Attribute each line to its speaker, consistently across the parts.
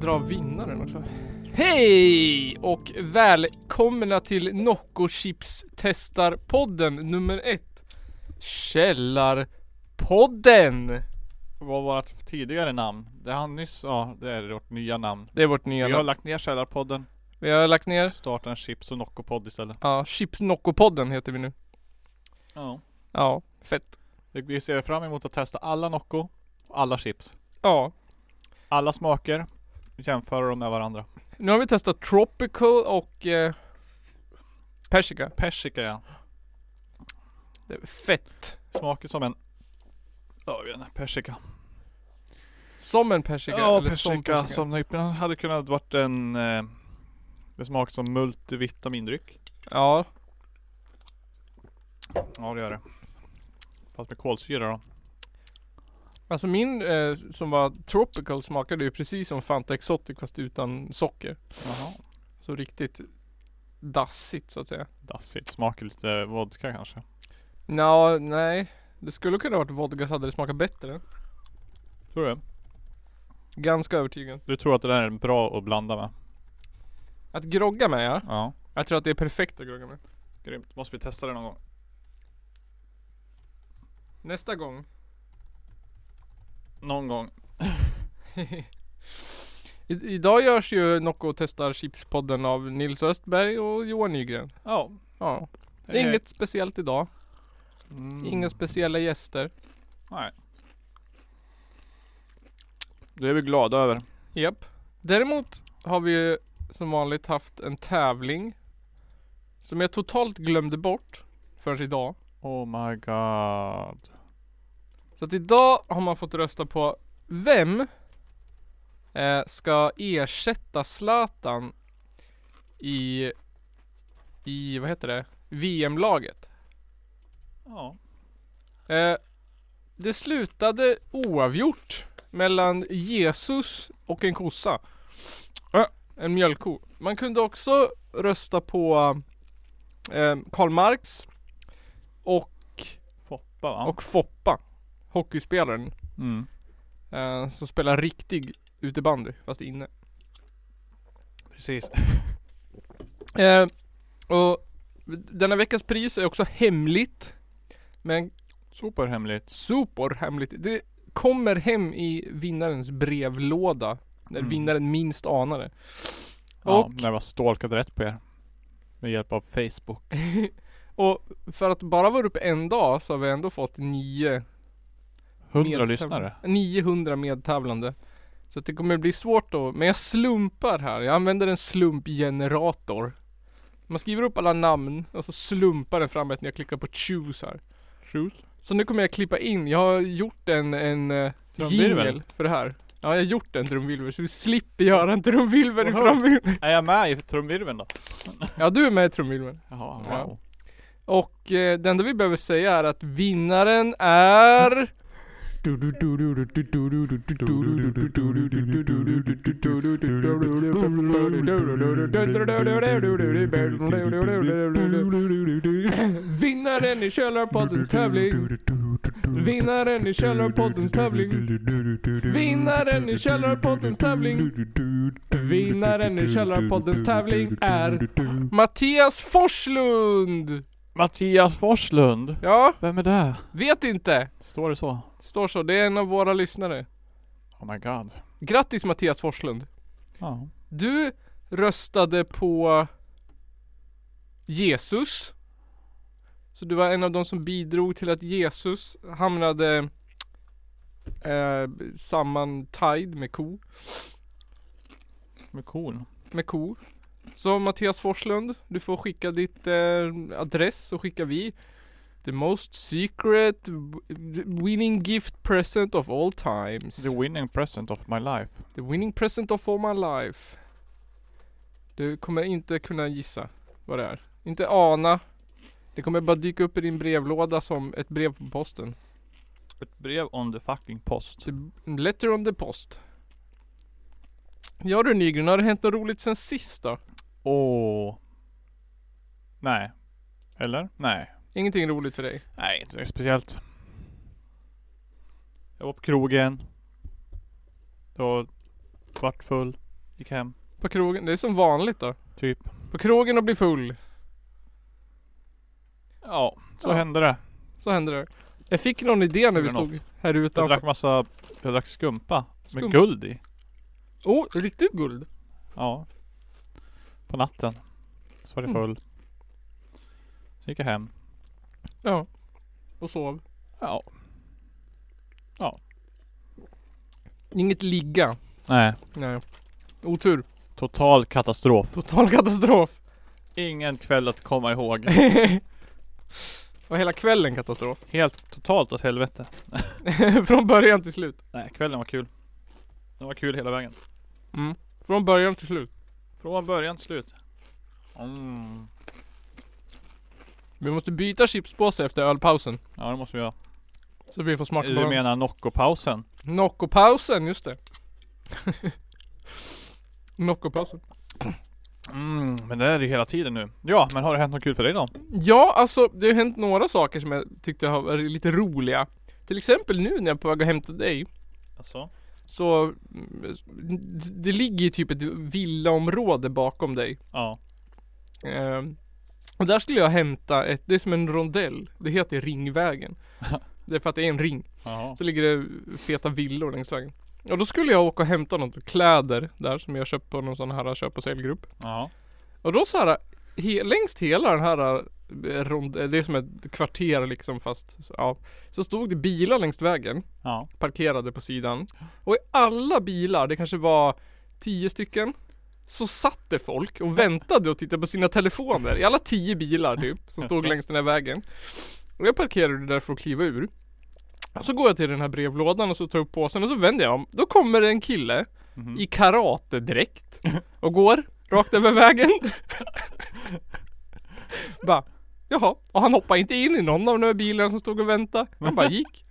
Speaker 1: Dra vinnaren också. Hej och välkomna till Nocco Chips testar-podden nummer ett. Källarpodden.
Speaker 2: Vad var vårt tidigare namn? Det han nyss sa, det är vårt nya namn.
Speaker 1: Det är vårt nya
Speaker 2: Vi har
Speaker 1: namn.
Speaker 2: lagt ner Källarpodden,
Speaker 1: Vi har lagt ner.
Speaker 2: startat en Chips och Nocco-podd istället.
Speaker 1: Ja, Chips Nocco-podden heter vi nu.
Speaker 2: Ja.
Speaker 1: Ja, fett.
Speaker 2: Det- Vi ser fram emot att testa alla Nocco, och alla chips.
Speaker 1: Ja,
Speaker 2: Alla smaker, jämföra dem med varandra.
Speaker 1: nu har vi testat Tropical och eh, Persika.
Speaker 2: Persika ja.
Speaker 1: Det är fett.
Speaker 2: Smakar som en... Ja, jag vet inte, persika.
Speaker 1: Som en persika.
Speaker 2: Ja,
Speaker 1: eller som
Speaker 2: persika som det hade kunnat varit en... Eh, det smakar som multivitamindryck.
Speaker 1: Ja,
Speaker 2: Ja, det gör det. Fast med kolsyra då.
Speaker 1: alltså min eh, som var Tropical smakade ju precis som Fanta Exotic fast utan socker.
Speaker 2: Jaha.
Speaker 1: Så riktigt dassigt så att säga.
Speaker 2: Dassigt. Smakar lite vodka kanske.
Speaker 1: Nå, nej. Det skulle kunna varit vodka så hade det smakat bättre.
Speaker 2: Tror du?
Speaker 1: Ganska övertygad.
Speaker 2: Du tror att det där är bra att blanda med?
Speaker 1: Att grogga med ja.
Speaker 2: Ja.
Speaker 1: Jag tror att det är perfekt att grogga med.
Speaker 2: Grymt. Måste vi testa det någon gång?
Speaker 1: Nästa gång.
Speaker 2: Någon gång.
Speaker 1: I, idag görs ju Nocco testar chipspodden av Nils Östberg och Johan Nygren.
Speaker 2: Ja.
Speaker 1: Ja. Det är Inget speciellt idag.
Speaker 2: Mm.
Speaker 1: Inga speciella gäster.
Speaker 2: Det är vi glada över.
Speaker 1: Japp. Däremot har vi ju som vanligt haft en tävling. Som jag totalt glömde bort förrän idag.
Speaker 2: Oh my god.
Speaker 1: Så att idag har man fått rösta på vem eh, ska ersätta Zlatan i, i, vad heter det, VM-laget.
Speaker 2: Ja.
Speaker 1: Eh, det slutade oavgjort mellan Jesus och en kossa. Äh, En mjölkko. Man kunde också rösta på eh, Karl Marx och,
Speaker 2: Foppa va?
Speaker 1: och Foppa. Hockeyspelaren.
Speaker 2: Mm.
Speaker 1: Eh, som spelar riktig utebandy, fast inne.
Speaker 2: Precis.
Speaker 1: Eh, och denna veckans pris är också hemligt. Men
Speaker 2: Superhemligt.
Speaker 1: superhemligt. Det kommer hem i vinnarens brevlåda. När
Speaker 2: Mm.
Speaker 1: vinnaren minst anar det.
Speaker 2: Ja,
Speaker 1: Och-
Speaker 2: när vi har stalkat rätt på er. Med hjälp av Facebook.
Speaker 1: Och för att bara vara uppe en dag så har vi ändå fått nio medtävlande.
Speaker 2: 100 lyssnare.
Speaker 1: 900 medtävlande. Så att det kommer bli svårt då. Men jag slumpar här. Jag använder en slumpgenerator. Man skriver upp alla namn och så slumpar den fram ett när jag klickar på choose här.
Speaker 2: Shoot.
Speaker 1: Så nu kommer jag klippa in. Jag har gjort en, en eh,
Speaker 2: Trumvirvel.
Speaker 1: jingle för det här. Ja, jag har gjort en trumvirvel så vi slipper göra en trumvirvel i
Speaker 2: Oho.
Speaker 1: framtiden.
Speaker 2: Är jag med i trumvirveln då?
Speaker 1: Ja, du är med i trumvirveln.
Speaker 2: Jaha,
Speaker 1: Ja.
Speaker 2: wow.
Speaker 1: Och eh, det enda vi behöver säga är att vinnaren är... Vinnaren i Källarpoddens tävling Vinnaren i Källarpoddens tävling Vinnaren i Källarpoddens tävling Vinnaren i Källarpoddens tävling är Mattias Forslund!
Speaker 2: Mattias Forslund.
Speaker 1: Ja,
Speaker 2: Vem är det?
Speaker 1: vet inte.
Speaker 2: Står det så?
Speaker 1: Står så, det är en av våra lyssnare.
Speaker 2: Oh my god.
Speaker 1: Grattis Mattias Forslund.
Speaker 2: Ja.
Speaker 1: Du röstade på Jesus. Så du var en av de som bidrog till att Jesus hamnade eh, sammantajd med ko.
Speaker 2: Men cool.
Speaker 1: med ko. Så Mattias Forslund, du får skicka ditt eh, adress så skickar vi The most secret w- winning gift present of all times.
Speaker 2: The winning present of my life.
Speaker 1: The winning present of all my life. Du kommer inte kunna gissa vad det är. Inte ana. Det kommer bara dyka upp i din brevlåda som ett brev på posten.
Speaker 2: Ett brev on the fucking post.
Speaker 1: The letter on the post. Ja du Nygren, har det hänt något roligt sen sist då?
Speaker 2: Åh. Nej. Eller? Nej.
Speaker 1: Ingenting roligt för dig.
Speaker 2: Nej, inte direkt speciellt. Jag var på krogen. Det var svart full. Gick hem.
Speaker 1: På krogen, det är som vanligt då.
Speaker 2: Typ.
Speaker 1: På krogen och bli full.
Speaker 2: Ja, så
Speaker 1: Ja.
Speaker 2: hände det.
Speaker 1: Så händer det. Jag fick någon idé när vi
Speaker 2: Eller något.
Speaker 1: stod här
Speaker 2: Jag
Speaker 1: utanför.
Speaker 2: drack massa, jag drack skumpa.
Speaker 1: Skum-
Speaker 2: Med guld i.
Speaker 1: Oh, riktigt guld.
Speaker 2: Ja. På natten. Så var det
Speaker 1: Mm.
Speaker 2: full. Så gick jag hem.
Speaker 1: Ja. Och sov.
Speaker 2: Ja.
Speaker 1: Inget ligga.
Speaker 2: Nej.
Speaker 1: Nej. Otur.
Speaker 2: Total katastrof.
Speaker 1: Total katastrof.
Speaker 2: Ingen kväll att komma ihåg.
Speaker 1: Var hela kvällen katastrof.
Speaker 2: Helt totalt åt helvete.
Speaker 1: Från början till slut.
Speaker 2: Nej, kvällen var kul. Den var kul hela vägen.
Speaker 1: Från början till slut.
Speaker 2: Från början till slut. Mm.
Speaker 1: Vi måste byta chipspåse efter ölpausen.
Speaker 2: Ja, det måste vi göra.
Speaker 1: Så vi får smaka på
Speaker 2: Du
Speaker 1: den.
Speaker 2: menar Nocco-pausen?
Speaker 1: Noccopausen, just det. Noccopausen.
Speaker 2: Mm, men det är det hela tiden nu. Ja, men har det hänt något kul för dig då?
Speaker 1: Ja, alltså det har hänt några saker som jag tyckte har varit lite roliga. Till exempel nu när jag är på väg att hämta dig.
Speaker 2: Alltså?
Speaker 1: Så mm, det ligger ju typ ett villaområde bakom dig.
Speaker 2: Ja.
Speaker 1: Eh, och där skulle jag hämta ett, det är som en rondell. Det heter Ringvägen. det är för att det är en ring.
Speaker 2: Jaha.
Speaker 1: Så ligger det feta villor längs vägen. Och då skulle jag åka och hämta något kläder där som jag köpt på någon sån här köp och säljgrupp.
Speaker 2: Jaha.
Speaker 1: Och då så här, he, längst hela den här eh, rond, eh, det är som ett kvarter liksom fast, så- ja. Så stod det bilar längs vägen,
Speaker 2: Ja.
Speaker 1: parkerade på sidan. Och i alla bilar, det kanske var tio stycken, så satt det folk och väntade och tittade på sina telefoner. I alla tio bilar typ, som stod längs den här vägen. Och jag parkerade där för att kliva ur. Så går jag till den här brevlådan och så tar jag upp påsen och så vänder jag om. Då kommer det en kille
Speaker 2: Mhm.
Speaker 1: i karatedräkt och går rakt över vägen. bara, jaha, och han hoppade inte in i någon av de här bilarna som stod och väntade. Han bara gick.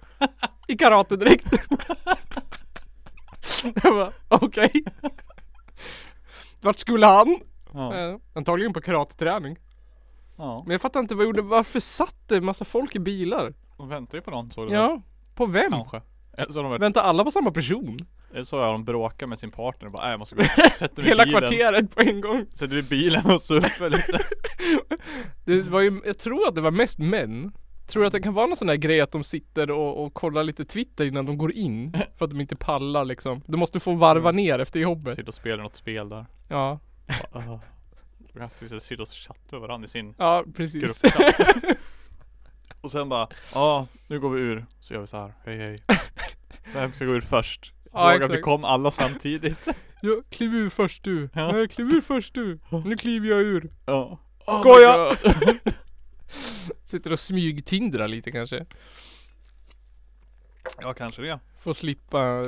Speaker 1: I karatedräkt. jag bara, okej. Vart skulle han?
Speaker 2: Ja.
Speaker 1: Eh, antagligen på karateträning.
Speaker 2: ja.
Speaker 1: Men jag fattar inte vad jag gjorde. Varför satt det en massa folk i bilar?
Speaker 2: De väntar ju på någon såg du väl?
Speaker 1: Ja, på vem?
Speaker 2: Kanske. Eller så har de, varit,
Speaker 1: Väntar alla på samma person?
Speaker 2: eller så har de bråkat med sin partner och bara, nej jag måste gå Sätter mig i
Speaker 1: Hela
Speaker 2: bilen.
Speaker 1: kvarteret på en gång.
Speaker 2: Sätter du i bilen och surfar lite?
Speaker 1: Det var ju, jag tror att det var mest män. Tror du att det kan vara någon sån där grej att de sitter och, och kollar lite Twitter innan de går in? För att de inte pallar liksom. De måste få
Speaker 2: Mm.
Speaker 1: varva ner efter jobbet.
Speaker 2: Sitter och spelar något spel där. Äh.
Speaker 1: Ja,
Speaker 2: Bara, "Åh." De kan sitta- sitta och chatta med varandra i sin
Speaker 1: ja precis.
Speaker 2: gruppchatt. Och sen bara, ja nu går vi ur. Så gör vi så här, hej hej. Vem ska gå ur först?
Speaker 1: Ja,
Speaker 2: Jag såg att
Speaker 1: exakt.
Speaker 2: vi kom alla samtidigt.
Speaker 1: Ja, kliv ur först du.
Speaker 2: Ja.
Speaker 1: Nej, kliv ur först du. Nu kliver jag ur.
Speaker 2: Ja.
Speaker 1: Skoja!
Speaker 2: Oh my God.
Speaker 1: Sitter och smygtindrar lite kanske.
Speaker 2: ja kanske det.
Speaker 1: Får slippa,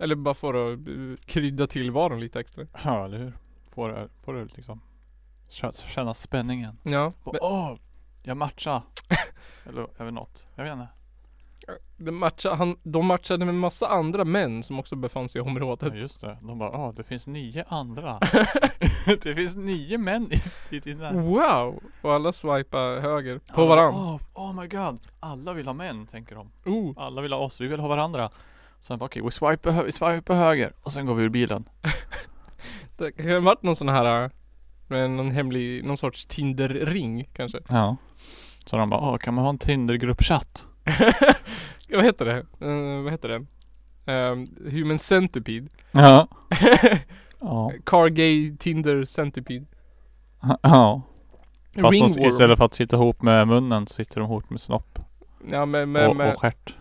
Speaker 1: eller bara för att eh, krydda tillvaron lite extra.
Speaker 2: Ja eller hur. Får du, får du liksom kä- känna spänningen.
Speaker 1: Ja.
Speaker 2: Bara, Åh! jag matchar. Eller jag vet något. Jag vet inte.
Speaker 1: De, eh, matcha, han, de matchade med massa andra män som också befann sig i
Speaker 2: Ja
Speaker 1: området.
Speaker 2: just det. De bara, ah det finns nio andra. det finns nio män i, i din närhet.
Speaker 1: Wow! Och alla swipar höger på
Speaker 2: Ja,
Speaker 1: varann.
Speaker 2: Oh, oh my god. Alla vill ha män tänker de.
Speaker 1: Oh.
Speaker 2: Alla vill ha oss. Vi vill ha varandra. Sen bara okej, vi swipar hö- vi swipar höger. Och sen går vi ur bilen.
Speaker 1: Det kan ha varit någon sån här eh, med någon hemlig, någon sorts Tinder-ring kanske.
Speaker 2: Ja. Så de bara, åh kan man ha en Tinder-gruppchatt?
Speaker 1: vad heter det? Eh, vad heter den? Eh, human Centipede.
Speaker 2: Ja. ja.
Speaker 1: Car Gay Tinder Centipede.
Speaker 2: Ja. Fast de,
Speaker 1: Ringworm.
Speaker 2: istället för att sitta ihop med munnen så sitter de ihop med snopp
Speaker 1: Ja men, men,
Speaker 2: och,
Speaker 1: men
Speaker 2: och stjärt.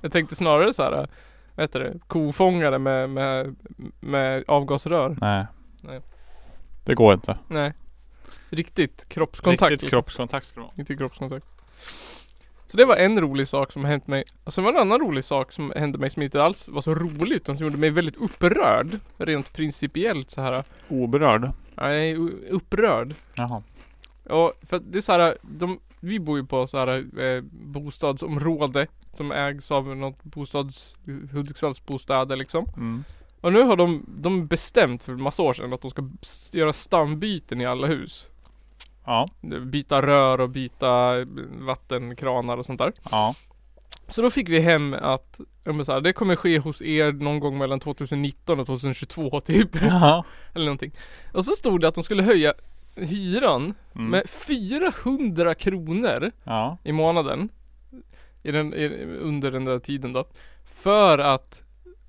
Speaker 1: jag tänkte snarare så här. eh, Vad heter det? Kofångare med, med, med avgasrör.
Speaker 2: Nej.
Speaker 1: Nej.
Speaker 2: Det går inte.
Speaker 1: Nej. Riktigt kroppskontakt.
Speaker 2: Riktigt kroppskontakt ska det vara.
Speaker 1: Inte kroppskontakt. Så det var en rolig sak som har hänt mig. Och sen var det en annan rolig sak som hände mig som inte alls var så rolig utan som gjorde mig väldigt upprörd. Rent principiellt så här.
Speaker 2: Oberörd.
Speaker 1: Nej, u- upprörd.
Speaker 2: Jaha.
Speaker 1: Ja, för att det är så här. De, vi bor ju på så här eh, bostadsområde som ägs av något bostads, Hudiksvallsbostäder liksom.
Speaker 2: Mm.
Speaker 1: Och nu har de, de bestämt för en massa år sedan att de ska s- göra stambyten i alla hus.
Speaker 2: Ja.
Speaker 1: Byta rör och byta eh, vattenkranar och sånt där.
Speaker 2: Ja.
Speaker 1: Så då fick vi hem att, ja, men så här, det kommer ske hos er någon gång mellan 2019 och 2022 typ.
Speaker 2: Ja.
Speaker 1: Eller någonting. Och så stod det att de skulle höja hyran
Speaker 2: Mm.
Speaker 1: med 400 kronor
Speaker 2: Ja.
Speaker 1: i månaden. I den, i, under den där tiden då. För att,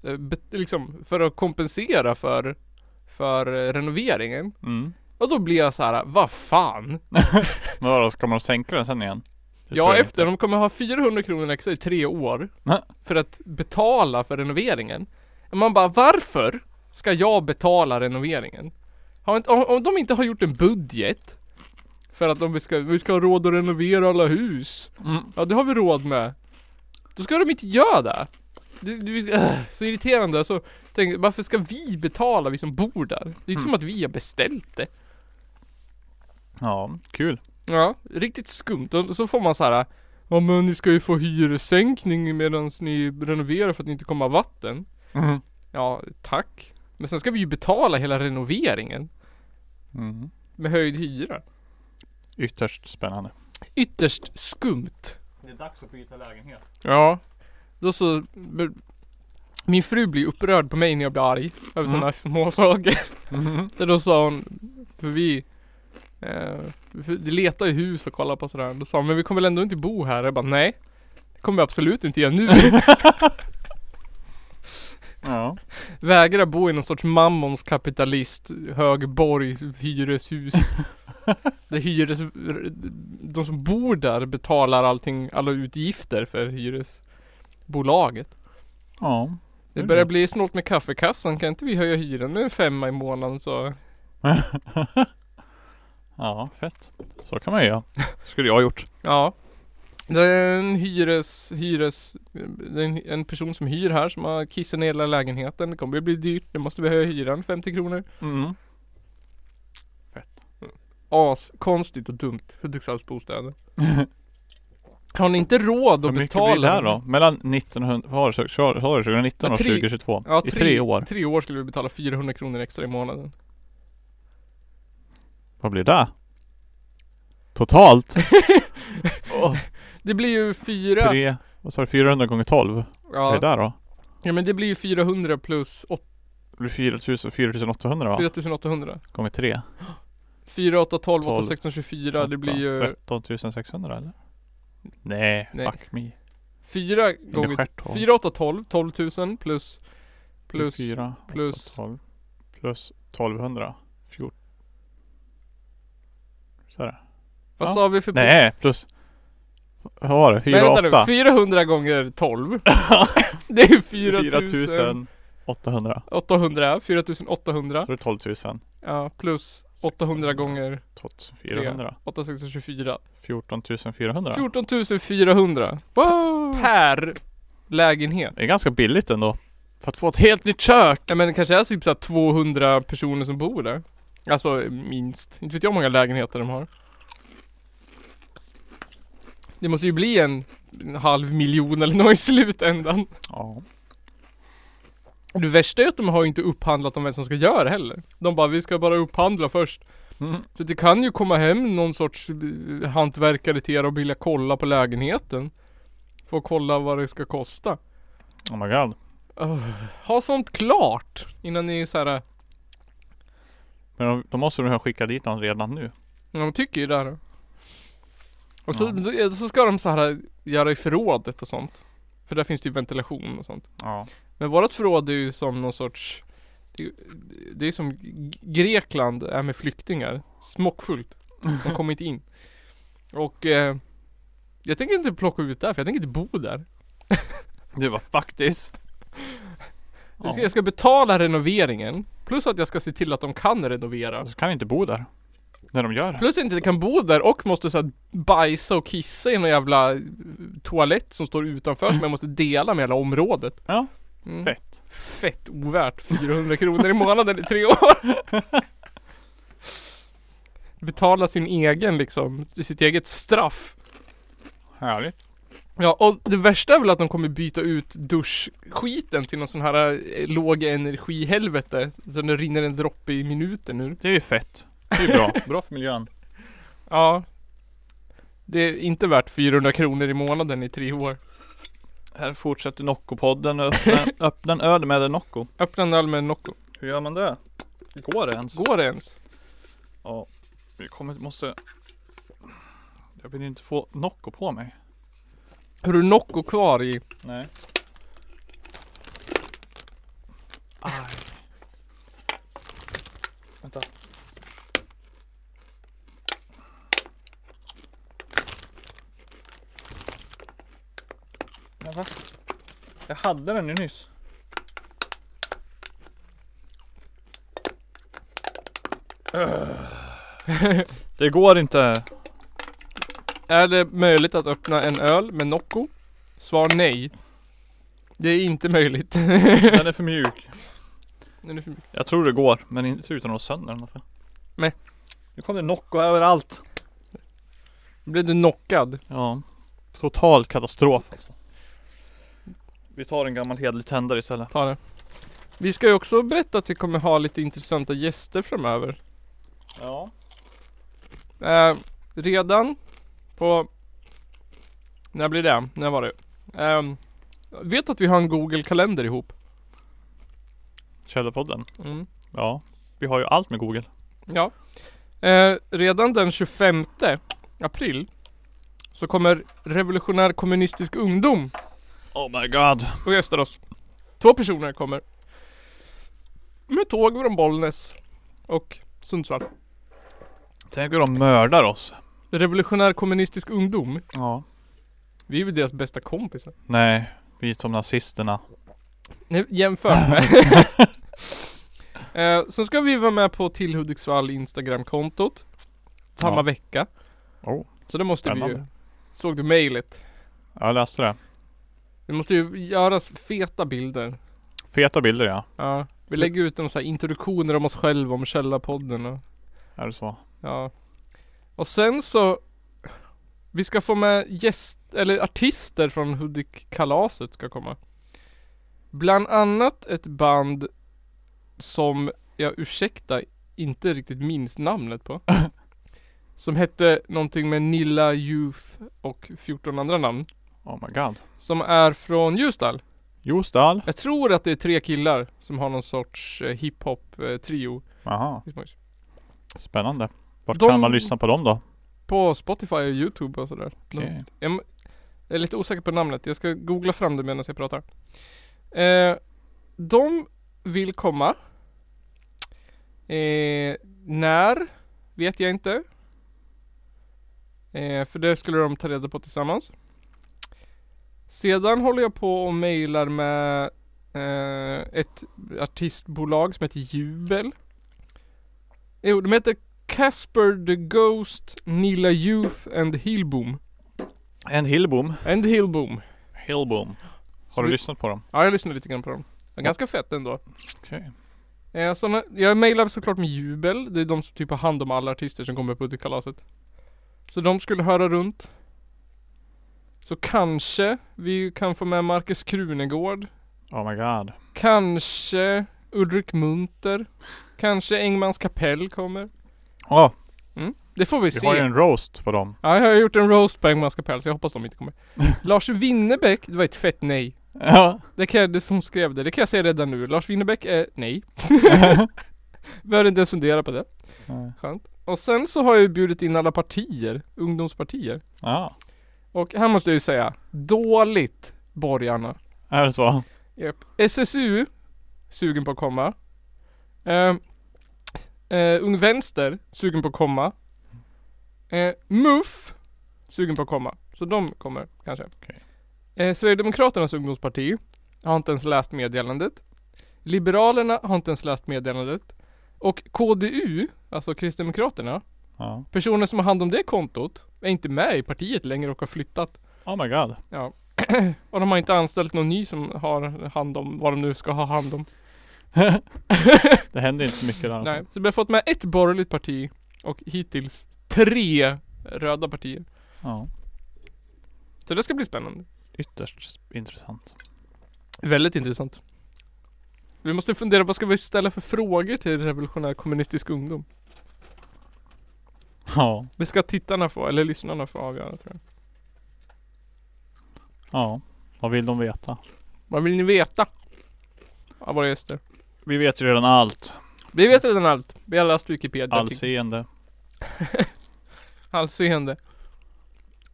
Speaker 1: eh, bet, liksom, för att kompensera för, för eh, renoveringen.
Speaker 2: Mm.
Speaker 1: Och då blir jag så här, vad fan?
Speaker 2: Men vadå, ska man sänka den sen igen? Det tror
Speaker 1: Ja
Speaker 2: jag inte.
Speaker 1: efter, de kommer ha 400 kronor extra i tre år.
Speaker 2: Nej.
Speaker 1: För att betala för renoveringen. Man bara, varför ska jag betala renoveringen? Har inte, om, om de inte har gjort en budget. För att de ska, vi ska ha råd att renovera alla hus.
Speaker 2: Mm.
Speaker 1: Ja, det har vi råd med. Då ska de inte göra det. det, det äh, så irriterande. Så tänk, varför ska vi betala, vi som bor där? Det är inte
Speaker 2: Mm.
Speaker 1: som att vi har beställt det.
Speaker 2: Ja, kul.
Speaker 1: Ja, riktigt skumt. Och så får man så här. Ja men ni ska ju få hyressänkning medan ni renoverar för att ni inte kommer ha vatten.
Speaker 2: Mm.
Speaker 1: Ja, tack. Men sen ska vi ju betala hela renoveringen
Speaker 2: Mm.
Speaker 1: med höjd hyra.
Speaker 2: Ytterst spännande.
Speaker 1: Ytterst skumt.
Speaker 2: Det är dags att byta lägenhet.
Speaker 1: Ja. Då så... b- Min fru blir upprörd på mig när jag blir arg över
Speaker 2: Mm.
Speaker 1: sådana småsaker.
Speaker 2: Mm.
Speaker 1: Så då sa hon, för vi eh, för vi letar i hus och kollar på sådär. Då sa hon, men vi kommer väl ändå inte bo här? Jag bara, nej. Det kommer vi absolut inte göra nu.
Speaker 2: Ja.
Speaker 1: Vägrar bo i någon sorts mammons kapitalist högborg hyreshus. där hyres... De som bor där betalar allting, alla utgifter för hyresbolaget.
Speaker 2: Ja.
Speaker 1: Det börjar bli snålt med kaffekassan. Kan inte vi höja hyran med en femma i månaden så?
Speaker 2: Ja, fett. Så kan man ju göra. Skulle jag ha gjort.
Speaker 1: Ja. Det är en hyres, hyres, det är en, en person som hyr här som har kissat ner hela lägenheten. Det kommer ju bli dyrt. Nu måste vi höja hyran 50 kronor.
Speaker 2: Mm.
Speaker 1: As, konstigt och dumt. Hudiksvallsbostäder. Har ni inte råd
Speaker 2: Hur
Speaker 1: att
Speaker 2: mycket
Speaker 1: betala?
Speaker 2: blir det här då? Mellan 1900, vad var det, så- så- så var det 2019 och
Speaker 1: Ja, tre-
Speaker 2: 2022?
Speaker 1: Ja,
Speaker 2: I tre år.
Speaker 1: Tre år skulle vi betala 400 kronor extra i månaden.
Speaker 2: Vad blir det? Totalt? Åh,
Speaker 1: Det blir ju fyra.
Speaker 2: tre, vad sa du, 400 gånger 12? Vad är
Speaker 1: Ja.
Speaker 2: det där då?
Speaker 1: ja, men det blir ju 400 plus åt-
Speaker 2: Det blir 4000, 4800 va?
Speaker 1: 4800.
Speaker 2: Gånger 3?
Speaker 1: 4, 8, 12, 8,
Speaker 2: Tolv.
Speaker 1: 16, 24. Det blir ju
Speaker 2: 13 600 eller? Nej,
Speaker 1: Nej.
Speaker 2: fuck me.
Speaker 1: 4
Speaker 2: Det är
Speaker 1: gånger
Speaker 2: stjärt tolv.
Speaker 1: 4, 8, 12, 12 000 plus plus
Speaker 2: Fyra, åtta,
Speaker 1: plus-
Speaker 2: tolv, plus 1200. 14. Så är det.
Speaker 1: Vad
Speaker 2: Ja.
Speaker 1: sa vi för
Speaker 2: Nej, plus... Vad var det?
Speaker 1: Men
Speaker 2: 4
Speaker 1: Typ- vänta nu,
Speaker 2: 8?
Speaker 1: 400 gånger 12 Det är 4800
Speaker 2: 4800.
Speaker 1: 4800
Speaker 2: Så det är 12 000.
Speaker 1: Ja, plus 800 gånger
Speaker 2: 2400.
Speaker 1: 824
Speaker 2: 14 400.
Speaker 1: 14 400 Per lägenhet
Speaker 2: Det är ganska billigt ändå. För att få ett helt nytt kök!
Speaker 1: Ja men det kanske är typ såhär 200 personer som bor där Alltså minst, inte vet jag hur många lägenheter de har Det måste ju bli en, en halv miljon eller något i slutändan
Speaker 2: Ja.
Speaker 1: Det värsta är att de har ju inte upphandlat om vem som ska göra det heller. De bara, vi ska bara upphandla först.
Speaker 2: Mm.
Speaker 1: Så det kan ju komma hem någon sorts eh, hantverkare till er och vilja kolla på lägenheten. För att kolla vad det ska kosta.
Speaker 2: Oh my god.
Speaker 1: Ugh. ha sånt klart innan ni så här.
Speaker 2: Men de- då måste de ha skickat dit någon redan nu.
Speaker 1: ja, de tycker ju det här. Och så,
Speaker 2: Ja.
Speaker 1: då- eh, så ska de så här göra i förrådet och sånt. För där finns det ju ventilation och sånt.
Speaker 2: Ja.
Speaker 1: Men vårat förråd är ju som någon sorts det- Det är som G- Grekland är med flyktingar Smockfullt De kommer inte in Och eh, Jag tänker inte plocka ut där för jag tänker inte bo där
Speaker 2: Det var faktiskt.
Speaker 1: jag ska,
Speaker 2: Ja.
Speaker 1: jag ska betala renoveringen Plus att jag ska se till att de kan renovera
Speaker 2: Så kan vi inte bo där. När de gör det.
Speaker 1: Plus att jag inte kan bo där och måste så här, bajsa och kissa i någon jävla eh, toalett som står utanför som jag måste dela med hela området
Speaker 2: Ja.
Speaker 1: Mm.
Speaker 2: Fett.
Speaker 1: Fett ovärt 400 kronor i månaden i tre år. Betala sin egen liksom, sitt eget straff.
Speaker 2: Härligt.
Speaker 1: Ja, och det värsta är väl att de kommer byta ut duschskiten till någon sån här eh, låg energihelvete. Så det rinner en droppe i minuten ur.
Speaker 2: Det är ju fett. Det är ju bra. bra för miljön.
Speaker 1: Ja. Det är inte värt 400 kronor i månaden i tre år.
Speaker 2: Här fortsätter Nocco-podden. Öppna, öppna en öl med en Nocco.
Speaker 1: Öppna en öl med en Nocco.
Speaker 2: Hur gör man det? Går det ens?
Speaker 1: Går det ens?
Speaker 2: Ja. Vi kommer, måste... Jag vill inte få Nocco på mig.
Speaker 1: Har du Nocco kvar i?
Speaker 2: Nej. Aj. Vänta. Men va? Jag hade den ju nyss. Det går inte.
Speaker 1: Är det möjligt att öppna en öl med Nocco? Svar nej. Det är inte möjligt.
Speaker 2: Den är för mjuk.
Speaker 1: Den är för mycket.
Speaker 2: Jag tror det går, men inte utan att gå sönder den i alla fall.
Speaker 1: Nej.
Speaker 2: Nu kom det Nocco överallt.
Speaker 1: Blev du knockad?
Speaker 2: Ja. Total katastrof alltså. Vi tar en gammal hederlig tändare istället.
Speaker 1: Ta det. Vi ska ju också berätta att vi kommer ha lite intressanta gäster framöver.
Speaker 2: Ja.
Speaker 1: Eh, redan på... När blir det? När var det? Ehm, jag vet att vi har en Google-kalender ihop?
Speaker 2: Källarpodden.
Speaker 1: Mm.
Speaker 2: Ja. Vi har ju allt med Google.
Speaker 1: Ja. Eh, redan den 25 april så kommer Revolutionär Kommunistisk Ungdom
Speaker 2: Oh my god.
Speaker 1: och gästar oss. Två personer kommer. Med tåg från Bollnäs och Sundsvall.
Speaker 2: Tänk hur de mördar oss.
Speaker 1: Revolutionär Kommunistisk Ungdom.
Speaker 2: Ja.
Speaker 1: Vi är väl deras bästa kompisar.
Speaker 2: Nej. Vi är som nazisterna.
Speaker 1: Nej, Jämför med. eh, sen ska vi vara med på till Hudiksvall Instagram-kontot. Samma
Speaker 2: Ja.
Speaker 1: vecka.
Speaker 2: Oh.
Speaker 1: Så det måste vi ju.
Speaker 2: Spännande.
Speaker 1: Såg du mejlet?
Speaker 2: Ja, jag läste det.
Speaker 1: Vi måste ju göra feta bilder.
Speaker 2: Feta bilder ja.
Speaker 1: Ja. Vi lägger ut en så här introduktioner om oss själva, om Källarpodden och
Speaker 2: Är det så?
Speaker 1: ja. Och sen så Vi ska få med gäst, eller artister från Hudik-kalaset ska komma. Bland annat ett band som jag ursäkta inte riktigt minns namnet på. som hette någonting med Nilla Youth och 14 andra namn.
Speaker 2: Oh my god.
Speaker 1: Som är från Ljusdal.
Speaker 2: Jostal.
Speaker 1: Jag tror att det är tre killar som har någon sorts eh, hiphop-trio.
Speaker 2: Jaha. Spännande. Vart
Speaker 1: De-
Speaker 2: kan man lyssna på dem då?
Speaker 1: På Spotify och Youtube och sådär. De-
Speaker 2: Okej.
Speaker 1: Jag är lite osäker på namnet. Jag ska googla fram det medan jag pratar. Eh, de vill komma. Eh, när? Vet jag inte. Eh, för det skulle de ta reda på tillsammans. Sedan håller jag på och mejlar med eh, ett artistbolag som heter Jubel. Jo, de heter Casper the Ghost, Nilla Youth and Hillboom.
Speaker 2: En Hillboom.
Speaker 1: And Hillboom.
Speaker 2: Hillboom.
Speaker 1: Så
Speaker 2: Har du
Speaker 1: vi-
Speaker 2: lyssnat på dem?
Speaker 1: Ja, jag lyssnade lite grann på dem. Det var ganska fett ändå.
Speaker 2: Okej.
Speaker 1: Eh, så när, jag mejlade såklart med Jubel. Det är de som typ har hand om alla artister som kommer på det kalaset. Så de skulle höra runt. Så kanske vi kan få med Marcus Krunegård.
Speaker 2: Oh my god.
Speaker 1: Kanske Ulrik Munter. Kanske Engmans kapell kommer.
Speaker 2: Ja,
Speaker 1: Det får vi,
Speaker 2: vi
Speaker 1: se.
Speaker 2: har ju en roast på dem.
Speaker 1: Ja, jag har gjort en roast på Engmans kapell så jag hoppas de inte kommer. Lars Winnerbäck, det var ett fett nej.
Speaker 2: Ja.
Speaker 1: Det kan jag, det som skrev det, det kan jag säga redan nu. Lars Winnerbäck är nej. Behöver inte ens fundera på det. Skönt. Och sen så har jag ju bjudit in alla partier, ungdomspartier.
Speaker 2: ja.
Speaker 1: Och här måste jag ju säga, dåligt borgarna.
Speaker 2: Är det så?
Speaker 1: Japp. SSU, sugen på att komma. Eh, eh, Ung Vänster, sugen på att komma. Eh, MUF, sugen på att komma. Så de kommer kanske.
Speaker 2: Okej.
Speaker 1: Eh, Sverigedemokraternas ungdomsparti har inte ens läst meddelandet. Liberalerna har inte ens läst meddelandet. Och KDU, alltså Kristdemokraterna,
Speaker 2: Ja.
Speaker 1: personer som har hand om det kontot, är inte med i partiet längre och har flyttat.
Speaker 2: Oh my god.
Speaker 1: Och de har inte anställt någon ny som har hand om vad de nu ska ha hand om.
Speaker 2: Det händer inte så mycket där.
Speaker 1: Nej, så vi har fått med ett borgerligt parti och hittills tre röda partier.
Speaker 2: Ja.
Speaker 1: Så det ska bli spännande.
Speaker 2: Ytterst intressant.
Speaker 1: Väldigt intressant. Vi måste fundera, vad ska vi ställa för frågor till Revolutionär Kommunistisk Ungdom?
Speaker 2: Ja.
Speaker 1: Det ska tittarna få, eller lyssnarna få avgöra tror jag.
Speaker 2: Ja. Vad vill de veta?
Speaker 1: Vad vill ni veta? Av våra gäster.
Speaker 2: Vi vet ju redan allt.
Speaker 1: Vi vet redan allt. Vi har läst Wikipedia.
Speaker 2: Allseende.
Speaker 1: Allseende.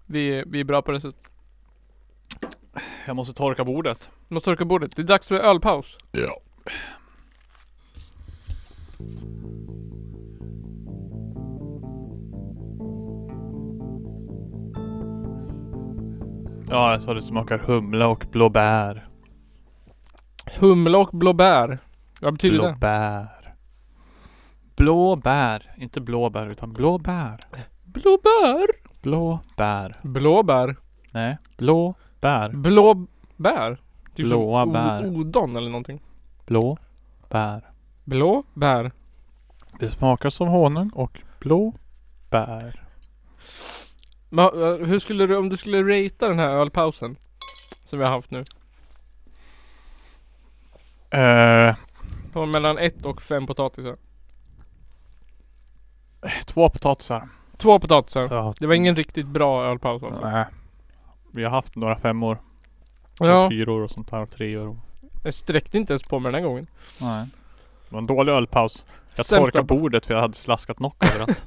Speaker 1: Vi, vi är bra på det sättet.
Speaker 2: Jag måste torka bordet.
Speaker 1: Måste torka bordet. Det är dags för ölpaus.
Speaker 2: Ja. Ja, jag sa det smakar humla och blåbär.
Speaker 1: Humla och blåbär. Vad betyder det?
Speaker 2: Blåbär. Blåbär. Inte blåbär, utan blåbär.
Speaker 1: Blåbär.
Speaker 2: Blåbär.
Speaker 1: Blåbär.
Speaker 2: Nej, blåbär.
Speaker 1: Blåbär. Typ som
Speaker 2: Blåa
Speaker 1: o-
Speaker 2: bär.
Speaker 1: Odon eller någonting.
Speaker 2: Blåbär.
Speaker 1: Blåbär.
Speaker 2: Det smakar som honung och blåbär.
Speaker 1: Men, eh, hur skulle du, om du skulle ratea den här ölpausen? Som vi har haft nu.
Speaker 2: Eh,
Speaker 1: På mellan ett och fem potatisar.
Speaker 2: två potatisar.
Speaker 1: Två potatisar.
Speaker 2: Ja.
Speaker 1: Det var ingen riktigt bra ölpaus alltså.
Speaker 2: Nej. Vi har haft några femmor.
Speaker 1: Ja.
Speaker 2: Och fyror och sånt här. Och treor. Och...
Speaker 1: Jag sträckte inte ens på mig den här gången.
Speaker 2: Nej. Det var en dålig ölpaus. Jag
Speaker 1: Sämsta-
Speaker 2: torkade bordet för jag hade slaskat nock överallt.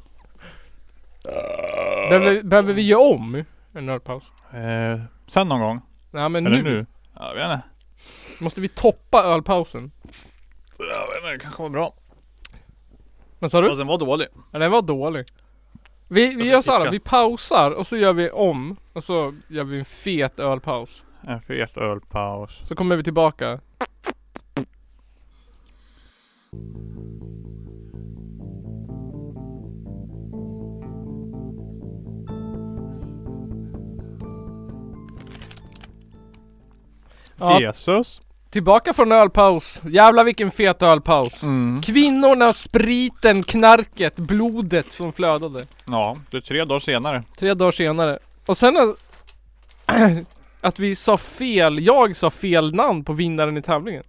Speaker 2: Äh.
Speaker 1: Behöver, behöver vi göra om en ölpaus?
Speaker 2: eh, sen någon gång.
Speaker 1: Nej men
Speaker 2: Eller
Speaker 1: nu,
Speaker 2: nu. Ja, jag vet inte.
Speaker 1: måste vi toppa ölpausen.
Speaker 2: Jag vet inte, det kanske var bra.
Speaker 1: Men sa du?
Speaker 2: Fast den var dålig.
Speaker 1: Ja, den var dålig. Vi, vi
Speaker 2: får
Speaker 1: gör såhär,
Speaker 2: kicka.
Speaker 1: vi pausar och så gör vi om. Och så gör vi en fet ölpaus.
Speaker 2: En fet ölpaus.
Speaker 1: Så kommer vi tillbaka. Ja,
Speaker 2: Jesus.
Speaker 1: Tillbaka från ölpaus. Jävlar vilken fet ölpaus.
Speaker 2: Mm.
Speaker 1: Kvinnorna, spriten, knarket, blodet som flödade.
Speaker 2: Ja, det är tre dagar senare.
Speaker 1: Tre dagar senare. Och sen att- att vi sa fel, jag sa fel namn på vinnaren i tävlingen.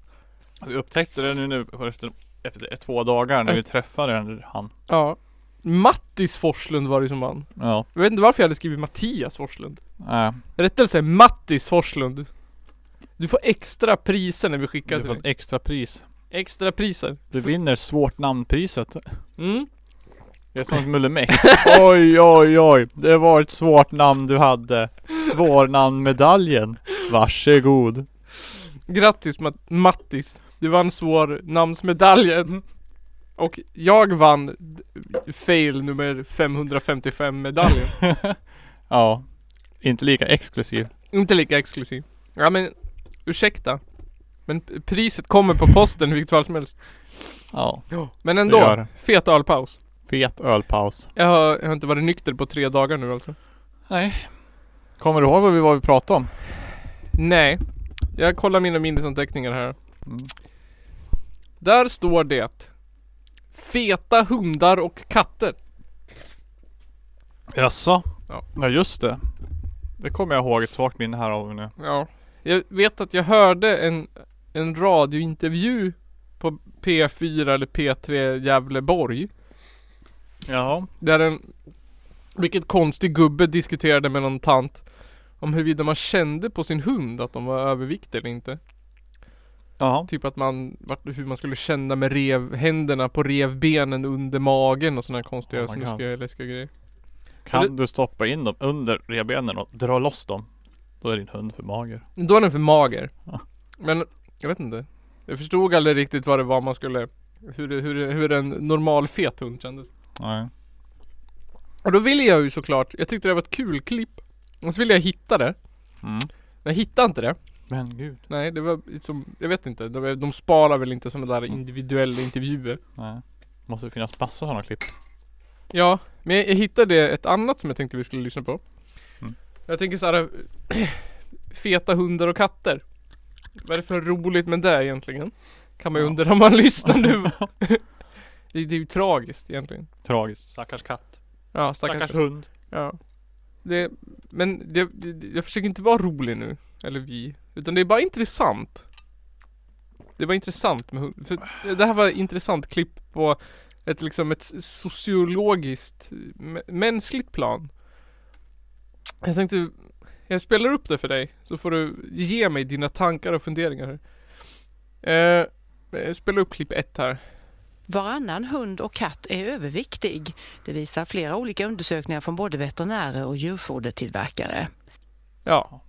Speaker 2: Vi upptäckte det nu, nu efter, efter två dagar när vi träffade han.
Speaker 1: Ja. Mattis Forslund var det som vann.
Speaker 2: Ja. äh,
Speaker 1: Jag vet inte varför jag hade skrivit Mattias Forslund.
Speaker 2: Nej.
Speaker 1: Rättelse, Mattis Forslund. Du får extra priser när vi skickar
Speaker 2: Du
Speaker 1: till
Speaker 2: får
Speaker 1: dig.
Speaker 2: ett extra pris.
Speaker 1: Extra priser.
Speaker 2: Du vinner svårt namnpriset.
Speaker 1: Mm.
Speaker 2: Det är som ett mullemäck. Oj, oj, oj. Det var ett svårt namn du hade. Svårnamnmedaljen. Varsågod.
Speaker 1: Grattis Matt- Mattis. Du vann svår namnsmedaljen. Och jag vann d- fail nummer 555 medaljen.
Speaker 2: Ja. Inte lika exklusiv.
Speaker 1: Inte lika exklusiv. Ja men, ursäkta. Men p- priset kommer på posten i vilket fall som helst.
Speaker 2: Ja.
Speaker 1: Men
Speaker 2: Det gör
Speaker 1: ändå,
Speaker 2: det.
Speaker 1: fet ölpaus.
Speaker 2: Fet ölpaus.
Speaker 1: Jag har, jag har inte varit nykter på tre dagar nu alltså.
Speaker 2: Nej. Kommer du ihåg vad vi, vad vi pratade om?
Speaker 1: Nej. Jag kollar mina minnesanteckningar här.
Speaker 2: Mm.
Speaker 1: Där står det. Feta hundar och katter.
Speaker 2: Jaså?
Speaker 1: Ja.
Speaker 2: Ja, just det. Det kommer jag ihåg ett svagt minne här av nu.
Speaker 1: Ja. Jag vet att jag hörde en, en radiointervju på P4 eller P3 Gävleborg.
Speaker 2: Jaha.
Speaker 1: Där en, vilket konstig gubbe diskuterade med någon tant. Om huruvida man kände på sin hund att de var överviktiga eller inte.
Speaker 2: Jaha.
Speaker 1: Typ att man, vart- hur man skulle känna med rev, händerna på revbenen under magen och sådana konstiga
Speaker 2: Oh my God.
Speaker 1: snuskiga läskiga grejer.
Speaker 2: Kan du stoppa in dem under revbenen och dra loss dem? Då är din hund för mager.
Speaker 1: Då är den för mager.
Speaker 2: Ja.
Speaker 1: Men jag vet inte. Jag förstod aldrig riktigt vad det var man skulle hur, det- hur, det- hur en normal fet hund kändes.
Speaker 2: Nej.
Speaker 1: Och då ville jag ju såklart, jag tyckte det var ett kul klipp. Och så ville jag hitta det.
Speaker 2: Mm.
Speaker 1: Men jag hittade inte det.
Speaker 2: Men gud.
Speaker 1: Nej det var liksom, jag vet inte. De, de sparar väl inte sådana
Speaker 2: Mm.
Speaker 1: där individuella intervjuer.
Speaker 2: Nej. Måste det finnas massa sådana klipp.
Speaker 1: Ja, men jag, jag hittade ett annat som jag tänkte vi skulle lyssna på.
Speaker 2: Mm.
Speaker 1: Jag tänker såhär Feta hundar och katter. Vad är det för roligt med det egentligen? Kan man ju
Speaker 2: Ja.
Speaker 1: undra om man lyssnar nu. det, det är ju tragiskt egentligen.
Speaker 2: Tragiskt. Stackars katt.
Speaker 1: Ja,
Speaker 2: Stackars,
Speaker 1: stackars.
Speaker 2: hund.
Speaker 1: Ja. Det, men det, det, det- jag försöker inte vara rolig nu. Eller vi. Utan det är bara intressant. Det var intressant med hund. För det här var ett intressant klipp på ett liksom ett s- sociologiskt, mä- mänskligt plan. Jag tänkte, jag spelar upp det för dig så får du ge mig dina tankar och funderingar. här. Eh, eh, spela upp klipp ett här.
Speaker 3: Varannan hund och katt är överviktig. Det visar flera olika undersökningar från både veterinärer och djurfodertillverkare.
Speaker 1: Ja.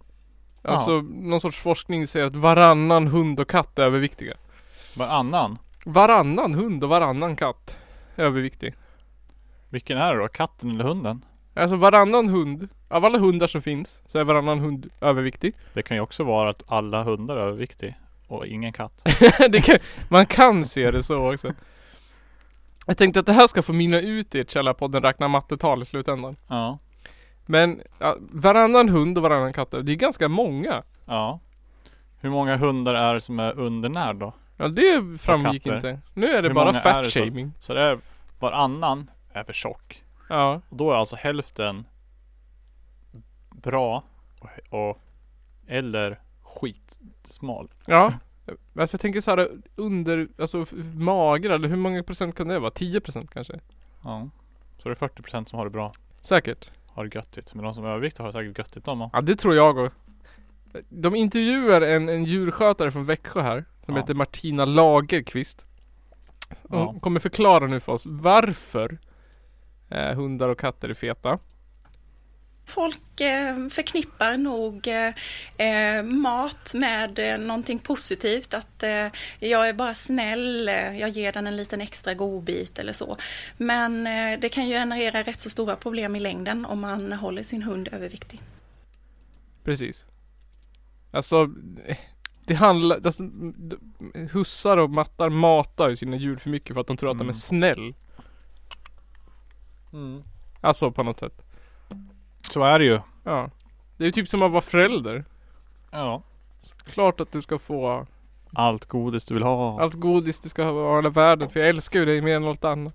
Speaker 2: Ja.
Speaker 1: Alltså någon sorts forskning säger att varannan hund och katt är överviktiga.
Speaker 2: Varannan?
Speaker 1: Varannan hund och varannan katt är överviktig.
Speaker 2: Vilken är det då? Katten eller hunden?
Speaker 1: Alltså varannan hund, av alla hundar som finns så är varannan hund överviktig.
Speaker 2: Det kan ju också vara att alla hundar är överviktiga och ingen katt.
Speaker 1: det kan, man kan se det så också. Jag tänkte att det här ska få mynna ut i ett Källarpodden räkna mattetal i slutändan.
Speaker 2: Ja.
Speaker 1: Men ja, varannan hund och varannan katt, det är ganska många.
Speaker 2: Ja. Hur många hundar är det som är undernärd då?
Speaker 1: Ja det framgick
Speaker 2: katter.
Speaker 1: inte. Nu är det
Speaker 2: Hur
Speaker 1: bara
Speaker 2: många är det så?
Speaker 1: fat-shaming.
Speaker 2: Så det är varannan är för tjock.
Speaker 1: Ja.
Speaker 2: Och då är alltså hälften bra och, och eller skitsmal.
Speaker 1: Ja. Alltså jag tänker så här under, alltså f- magra, eller hur många procent kan det vara? 10 procent kanske?
Speaker 2: Ja. Så det är 40% som har det bra.
Speaker 1: Säkert.
Speaker 2: Har det göttigt. Men de som är överviktiga har det säkert göttigt de också.
Speaker 1: Ja det tror jag också. De intervjuar en, en djurskötare från Växjö här, som
Speaker 2: Ja.
Speaker 1: heter Martina Lagerqvist. Och
Speaker 2: Ja.
Speaker 1: Hon kommer förklara nu för oss varför eh, hundar och katter är feta.
Speaker 4: Folk eh, förknippar nog eh, eh, mat med eh, någonting positivt. Att eh, jag är bara snäll, eh, jag ger den en liten extra godbit eller så. Men eh, det kan ju generera rätt så stora problem i längden om man håller sin hund överviktig.
Speaker 1: Precis. Alltså, eh, det handlar, alltså, d- hussar och mattar matar ju sina djur för mycket för att de tror att de
Speaker 2: Mm.
Speaker 1: är snäll. Alltså på något sätt.
Speaker 2: Så är det ju.
Speaker 1: Ja. Det är ju typ som att vara förälder.
Speaker 2: Ja.
Speaker 1: Klart att du ska få
Speaker 2: Allt godis du vill ha.
Speaker 1: allt godis du ska ha av hela världen. För jag älskar ju dig mer än allt annat.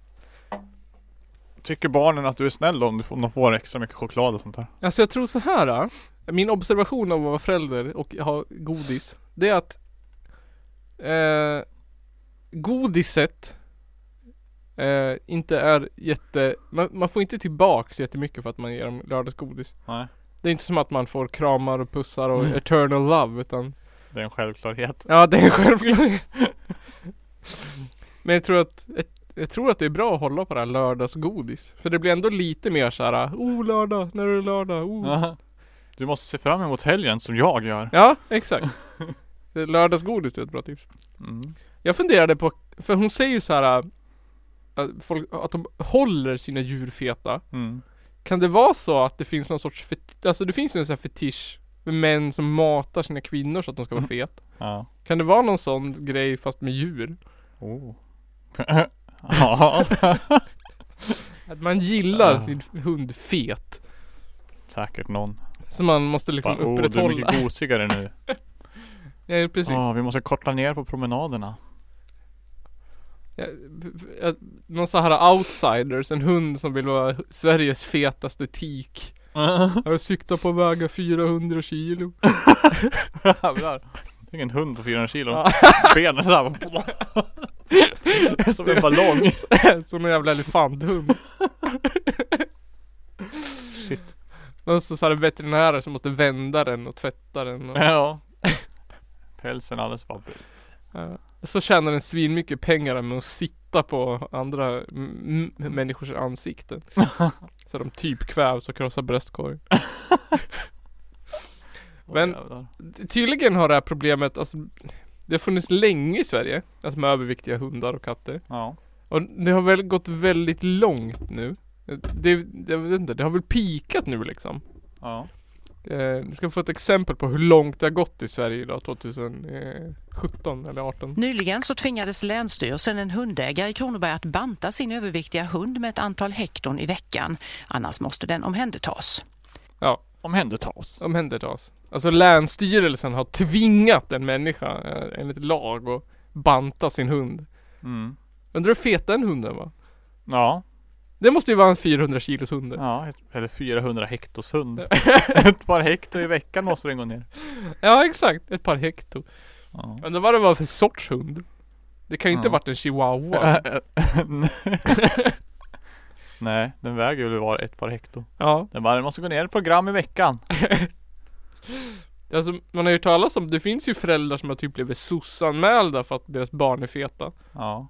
Speaker 2: Tycker barnen att du är snäll om, du får, om de får extra mycket choklad och sånt där?
Speaker 1: Alltså jag tror så här. ah. Min observation av att vara förälder och ha godis. Det är att eh, godiset eh, inte är jätte... Man, man får inte tillbaks jättemycket för att man ger dem lördagsgodis.
Speaker 2: Nej.
Speaker 1: Det är inte som att man får kramar och pussar och
Speaker 2: Mm.
Speaker 1: eternal love utan
Speaker 2: Det är en självklarhet.
Speaker 1: Ja, det är en självklarhet. Men jag tror att ett- jag tror att det är bra att hålla på det här lördagsgodis. För det blir ändå lite mer så här, oh lördag, när är det lördag? Oh. Ja.
Speaker 2: Mm. Du måste se fram emot helgen som jag gör.
Speaker 1: exakt. Det- Lördagsgodis är ett bra tips.
Speaker 2: Mm.
Speaker 1: Jag funderade på, för hon säger ju så här äh, att, folk, att de håller sina djur feta.
Speaker 2: Mm.
Speaker 1: Kan det vara så att det finns någon sorts fetisch, alltså det finns ju en sån här fetisch med män som matar sina kvinnor så att de
Speaker 2: Mm.
Speaker 1: ska vara fet.
Speaker 2: Ja.
Speaker 1: Kan det vara någon sån grej fast med djur?
Speaker 2: Oh. ja.
Speaker 1: Att man gillar
Speaker 2: Ah.
Speaker 1: sin hund fet.
Speaker 2: Säkert någon.
Speaker 1: Så man måste liksom
Speaker 2: Bara, oh, du är
Speaker 1: upprätthålla.
Speaker 2: mycket gosigare nu.
Speaker 1: Ja, precis.
Speaker 2: Ja, vi måste korta ner på promenaderna.
Speaker 1: Ja, b- b- ja, Någon så här outsiders, en hund som vill vara Sveriges fetaste tik. Jag siktar på att väga 400 kilo.
Speaker 2: Jävlar. Det är en hund på 400 kilo. Benen såhär. Som en ballong.
Speaker 1: Som en jävla elefanthund.
Speaker 2: Shit.
Speaker 1: Någon så så här veterinärer som måste vända den och tvätta den. Och,
Speaker 2: Ja. Pälsen alldeles vabbig.
Speaker 1: ja. Så tjänar den svinmycket mycket pengar med att sitta på andra m- m- människors ansikten. Så de typ kvävs och krossar bröstkorgen.
Speaker 2: Åh,
Speaker 1: Men-
Speaker 2: jävlar.
Speaker 1: Tydligen har det här problemet, alltså Det har funnits länge i Sverige, alltså med överviktiga hundar och katter.
Speaker 2: Ja.
Speaker 1: Och det har väl gått väldigt långt nu. Det, det, jag vet inte, det har väl pikat nu liksom.
Speaker 2: Ja.
Speaker 1: Eh, du ska få ett exempel på hur långt det har gått i Sverige idag, 2017 eller 18.
Speaker 3: Nyligen så tvingades Länsstyrelsen en hundägare i Kronoberg att banta sin överviktiga hund med ett antal hekton i veckan. Annars måste den omhändertas.
Speaker 2: Omhändertas.
Speaker 1: Omhändertas. Alltså Länsstyrelsen har tvingat en människa eh, enligt lag att banta sin hund.
Speaker 2: Mm.
Speaker 1: Undrar hur fet den hunden var?
Speaker 2: Ja.
Speaker 1: Det måste ju vara en 400 kilos hund.
Speaker 2: Ja. Eller 400 hektos hund. Ett par hekto i veckan måste den gå ner.
Speaker 1: Ja exakt, ett par hekto.
Speaker 2: Ja.
Speaker 1: Undrar vad det var för sorts hund. Det kan ju inte
Speaker 2: Ja.
Speaker 1: varit en chihuahua.
Speaker 2: Nej, den väger väl bara ett par hekto.
Speaker 1: ja.
Speaker 2: Den bara, den måste gå ner ett program i veckan.
Speaker 1: Alltså, man har ju hört talas om, det finns ju föräldrar som har typ blivit sossanmälda för att deras barn är feta.
Speaker 2: Ja.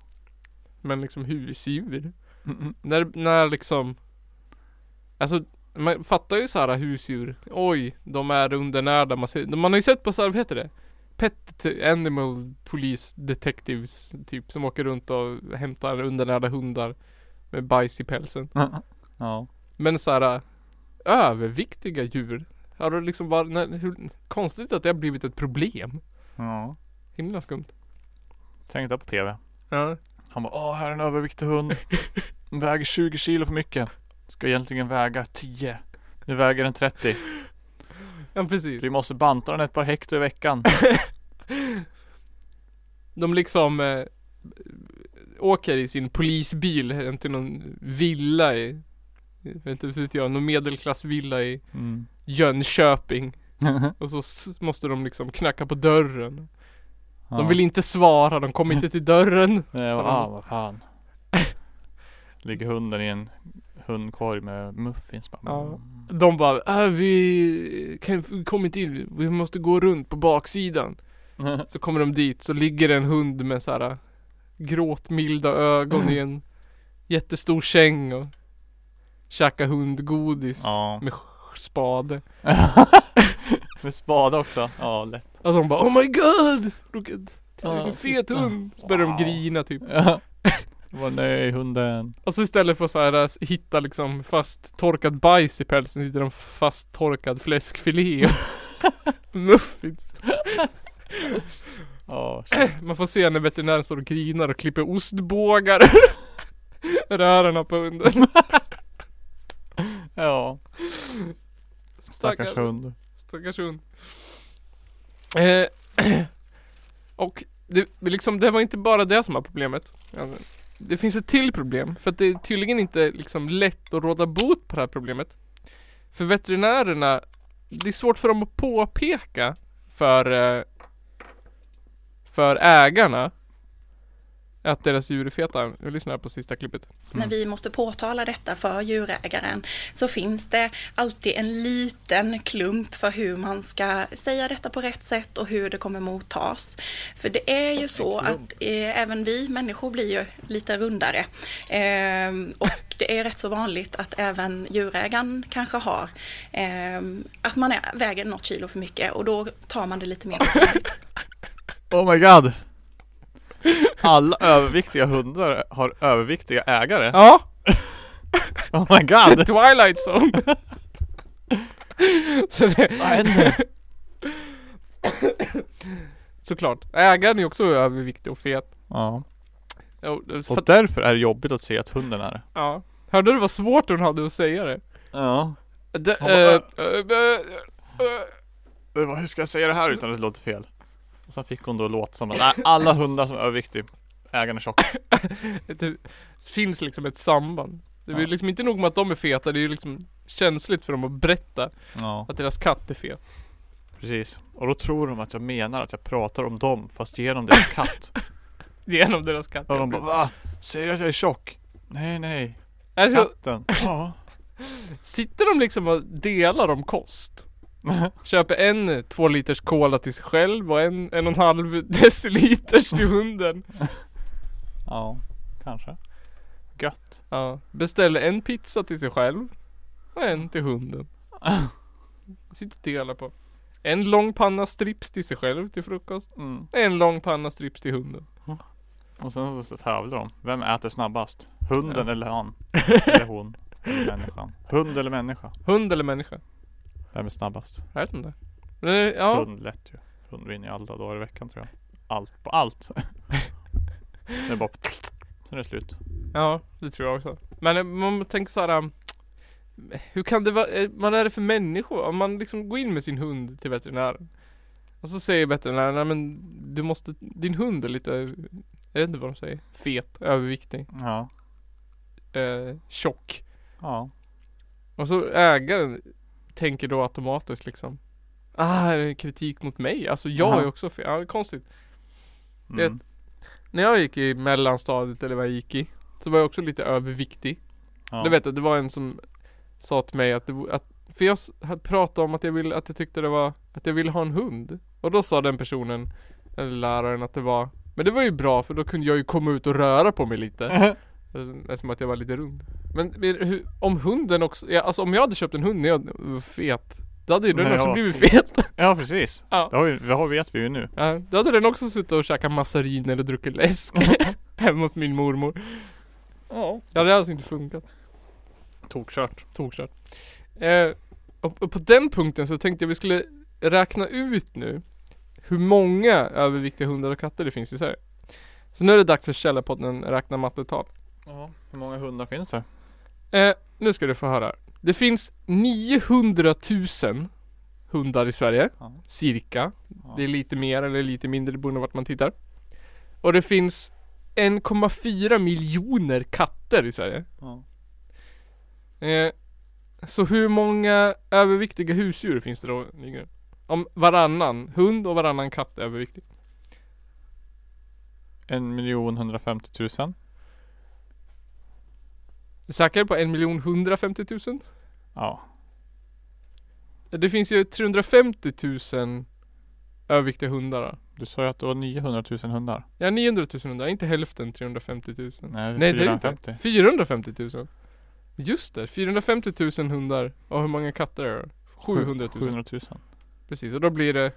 Speaker 1: Men liksom husdjur. När, när liksom Alltså man fattar ju så här husdjur Oj, de är undernärda Man, ser, man har ju sett på så här, vad heter det? Pet Animal Police Detectives typ som åker runt och hämtar undernärda hundar Med bajs i pälsen
Speaker 2: ja.
Speaker 1: Men så här äh, Överviktiga djur Har det liksom bara, när, hur, konstigt att det har blivit ett problem
Speaker 2: Ja.
Speaker 1: Himla skumt
Speaker 2: Tänkte på TV.
Speaker 1: Ja
Speaker 2: Han bara, åh här är en överviktig hund. Den väger 20 kilo för mycket. Ska egentligen väga 10. Nu väger den 30.
Speaker 1: Ja precis
Speaker 2: Vi måste banta den ett par hekto i veckan.
Speaker 1: De liksom eh, åker i sin polisbil hem till någon villa i, jag vet inte vet jag, någon medelklassvilla i
Speaker 2: Mm.
Speaker 1: Jönköping. Och så s- måste de liksom knacka på dörren. De vill inte svara, de kommer inte till dörren.
Speaker 2: Nej, vad, ah, vad fan. Ligger hunden i en hundkorg med muffins. Bara,
Speaker 1: Ja. De bara, äh, vi kan, vi kommer inte in, vi måste gå runt på baksidan.
Speaker 2: Mm.
Speaker 1: Så kommer de dit, så ligger en hund med så här äh, gråtmilda ögon i en jättestor säng och käkar hundgodis.
Speaker 2: ja.
Speaker 1: spade.
Speaker 2: Med spade också. Ja, lätt.
Speaker 1: Alltså de bara Oh my god! Look at, titta
Speaker 2: Ja,
Speaker 1: vilken fet
Speaker 2: titta.
Speaker 1: hund! Så börjar
Speaker 2: Wow.
Speaker 1: de grina typ.
Speaker 2: Vad nej, hunden.
Speaker 1: Och så istället för att så här, s- hitta liksom fast torkad bajs i pälsen sitter de fast torkad fläskfilé Mm. och muffins.
Speaker 2: Ja,
Speaker 1: Man får se när veterinären står och grinar och klipper ostbågar. Rörarna på hunden.
Speaker 2: ja. stackars
Speaker 1: Stackars,
Speaker 2: hund.
Speaker 1: stackars hund. Eh, och det, liksom, det var inte bara det som var problemet. Alltså, det finns ett till problem. För att det är tydligen inte liksom lätt att råda bot på det här problemet. För veterinärerna, det är svårt för dem att påpeka för, eh, för ägarna att deras djur är feta. Jag lyssnar på sista klippet.
Speaker 4: När vi måste påtala detta för djurägaren så finns det alltid en liten klump för hur man ska säga detta på rätt sätt och hur det kommer mottas. För det är ju så att eh, även vi människor blir ju lite rundare. Ehm, och det är rätt så vanligt att även djurägaren kanske har ehm, att man är, väger något kilo för mycket och då tar man det lite mer personligt.
Speaker 2: Oh my god. Alla överviktiga hundar har överviktiga ägare.
Speaker 1: Ja!
Speaker 2: Oh my god.
Speaker 1: Twilight Zone! Så det,
Speaker 2: Vad händer?
Speaker 1: Såklart. Ägaren är också överviktig och fet.
Speaker 2: Ja.
Speaker 1: Jo, det- för
Speaker 2: Och
Speaker 1: att,
Speaker 2: därför är det jobbigt att se att hunden är det.
Speaker 1: ja. Hörde du vad svårt hon hade att säga det?
Speaker 2: Ja.
Speaker 1: det
Speaker 2: Hon bara,
Speaker 1: eh, eh, eh,
Speaker 2: Det var, hur ska jag säga det här utan att det låter fel? Och sen fick hon då låta som att nej, alla hundar som är överviktiga, ägaren är tjock.
Speaker 1: eh, det finns liksom ett samband. Det är ju
Speaker 2: Ja.
Speaker 1: liksom inte nog med att de är feta, det är ju liksom känsligt för dem att berätta
Speaker 2: Ja,
Speaker 1: att deras katt är fet.
Speaker 2: precis. Och då tror de att jag menar att jag pratar om dem fast genom deras katt.
Speaker 1: Genom deras katt.
Speaker 2: Och de bara va? Säger du att jag är tjock? Nej, nej.
Speaker 1: alltså,
Speaker 2: Katten. Ja.
Speaker 1: sitter de liksom och delar om kost? Köper en eh, två liters cola till sig själv och en en och en halv deciliters till hunden.
Speaker 2: Ja, kanske. Gött.
Speaker 1: Ja, beställer en pizza till sig själv och en till hunden. Sitter och delar på. En lång panna strips till sig själv till frukost.
Speaker 2: Mm.
Speaker 1: En lång panna strips till hunden.
Speaker 2: Och sen så tävlar de. Vem äter snabbast? Hunden
Speaker 1: Ja.
Speaker 2: eller han? Eller hon? Eller människan? Hund eller människa?
Speaker 1: Hund eller människa?
Speaker 2: Vem är snabbast?
Speaker 1: Jag vet inte. Eh, Ja,
Speaker 2: Hund lätt ju. Hund vinner ju alla dagar i veckan tror jag. Allt på allt. det är bara Sen är det slut.
Speaker 1: ja, det tror jag också. Men eh, man tänker så här. um, Hur kan det vara, eh, vad är det för människor? Om man liksom går in med sin hund till veterinären. Och så säger veterinären, nej men du måste, din hund är lite, jag vet inte vad de säger, fet, överviktig,
Speaker 2: Ja.
Speaker 1: eh, tjock.
Speaker 2: Ja.
Speaker 1: Och så ägaren tänker då automatiskt liksom Ah, det är kritik mot mig. Alltså jag
Speaker 2: Aha.
Speaker 1: är också fel. Ja, det är konstigt.
Speaker 2: Mm.
Speaker 1: När jag gick i mellanstadiet eller vad jag gick i Så var jag också lite överviktig
Speaker 2: Ja.
Speaker 1: Du vet att det var en som sa till mig att, det, att för jag s- hade pratat om att jag ville, att jag tyckte det var, att jag ville ha en hund. Och då sa den personen, eller läraren att det var, men det var ju bra för då kunde jag ju komma ut och röra på mig lite. Eftersom Eh, att jag var lite rund. Men men hur, om hunden också, ja, alltså om jag hade köpt en hund när jag var fet, då hade ju den
Speaker 2: Nej,
Speaker 1: också
Speaker 2: ja.
Speaker 1: blivit fet.
Speaker 2: Ja precis.
Speaker 1: Ja.
Speaker 2: Det, har vi, det har, vet vi ju nu.
Speaker 1: Ja, då hade den också suttit och käkat massarin eller druckit läsk. Hemma hos min mormor.
Speaker 2: Ja.
Speaker 1: Ja, det hade alltså inte funkat.
Speaker 2: Tokkört.
Speaker 1: Tokkört. Eh, och, och på den punkten så tänkte jag vi skulle räkna ut nu hur många överviktiga hundar och katter det finns i Sverige. Så nu är det dags för Källarpodden Räkna mattetal.
Speaker 2: Ja. Hur många hundar finns det?
Speaker 1: Eh, nu ska du få höra. här. Det finns 900 000 hundar i Sverige,
Speaker 2: Ja.
Speaker 1: cirka.
Speaker 2: Ja.
Speaker 1: Det är lite mer eller lite mindre beroende på vart man tittar. Och det finns 1,4 miljoner katter i Sverige.
Speaker 2: Ja.
Speaker 1: Eh, så hur många överviktiga husdjur finns det då Nygren? Om varannan hund och varannan katt är överviktig.
Speaker 2: En miljon hundrafemtiotusen.
Speaker 1: Är Säker på en miljon 150 000?
Speaker 2: Ja.
Speaker 1: Det finns ju 350 000 överviktiga hundar. då.
Speaker 2: Du sa ju att det var 900 000 hundar.
Speaker 1: Ja 900 000 hundar, inte hälften 350 000.
Speaker 2: Nej,
Speaker 1: Nej det är det
Speaker 2: 450.
Speaker 1: inte. 450 000. Just det, 450 000 hundar. Och hur många katter är det? då? 700 000.
Speaker 2: 700 000.
Speaker 1: Precis, och då blir det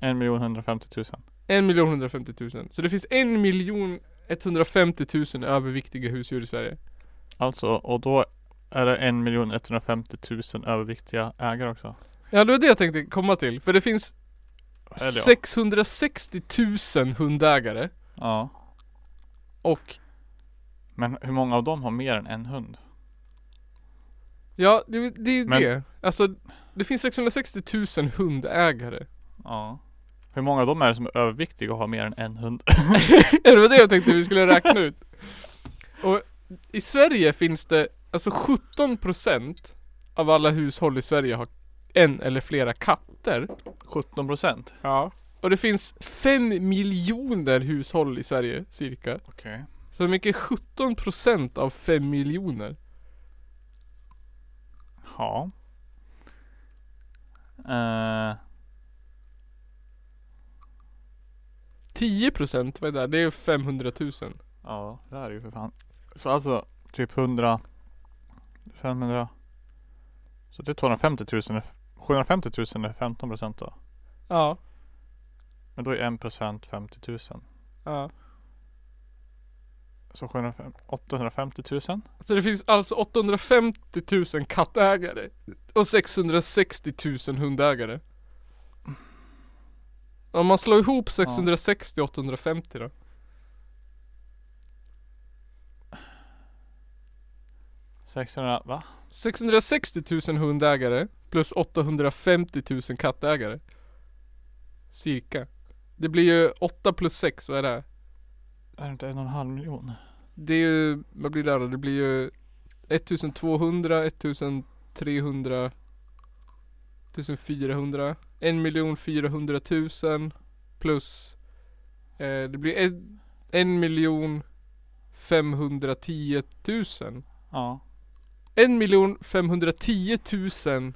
Speaker 2: En miljon 150 000.
Speaker 1: 1 150 000. Så det finns 1 150 000 överviktiga husdjur i Sverige.
Speaker 2: Alltså, och då är det en miljon 150 000 överviktiga ägare också.
Speaker 1: Ja det var det jag tänkte komma till, för det finns
Speaker 2: Eller ja.
Speaker 1: 660 000 hundägare
Speaker 2: ja.
Speaker 1: och
Speaker 2: Men hur många av dem har mer än en hund?
Speaker 1: ja, det, det är
Speaker 2: Men-
Speaker 1: det. Alltså det finns 660 000 hundägare.
Speaker 2: Ja. Hur många av dem är det som är överviktiga och har mer än en hund?
Speaker 1: Ja, det var det jag tänkte vi skulle räkna ut. Och i Sverige finns det, alltså 17% av alla hushåll i Sverige har en eller flera katter.
Speaker 2: 17 procent.
Speaker 1: Ja. Och det finns 5 miljoner hushåll i Sverige cirka.
Speaker 2: Okej.
Speaker 1: Så hur mycket är 17% av 5 miljoner?
Speaker 2: Ja. Eh,
Speaker 1: 10 procent, vad är det? där? Det är 500 000.
Speaker 2: ja, det här är ju för fan. Så alltså typ 100 500 Så det är 250 000 750 000 är 15 procent då.
Speaker 1: Ja.
Speaker 2: Men då är 1 procent 50 000.
Speaker 1: ja.
Speaker 2: Så 750 850 000?
Speaker 1: Så det finns alltså 850 000 kattägare och 660 000 hundägare. Om man slår ihop 660 och 850 då?
Speaker 2: sexhundra va?
Speaker 1: 660 000 hundägare plus 850 000 kattägare. Cirka. Det blir ju 8 plus 6, vad är det?
Speaker 2: Är det inte en och en halv miljon?
Speaker 1: Det är ju, vad blir det här då? Det blir ju 1200, 1300, 1400, 1 400 000 plus eh, Det blir en- en miljon 510 000
Speaker 2: Ja.
Speaker 1: 1 miljon 510 000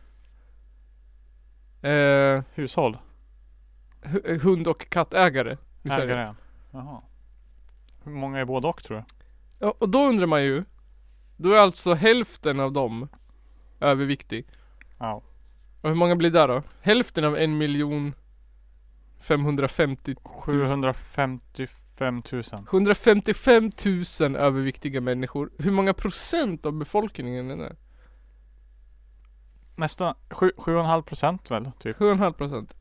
Speaker 1: eh,
Speaker 2: Hushåll?
Speaker 1: hu- hund och kattägare i Sverige.
Speaker 2: Ägaren? Jaha. Hur många är både och tror du?
Speaker 1: Ja, och då undrar man ju Då är alltså hälften av dem överviktig.
Speaker 2: Ja.
Speaker 1: Och hur många blir det då? Hälften av en miljon 550
Speaker 2: 755 000.
Speaker 1: 155 000 överviktiga människor. Hur många procent av befolkningen är det?
Speaker 2: Nästan 7,5 procent väl? Typ.
Speaker 1: 7,5 procent.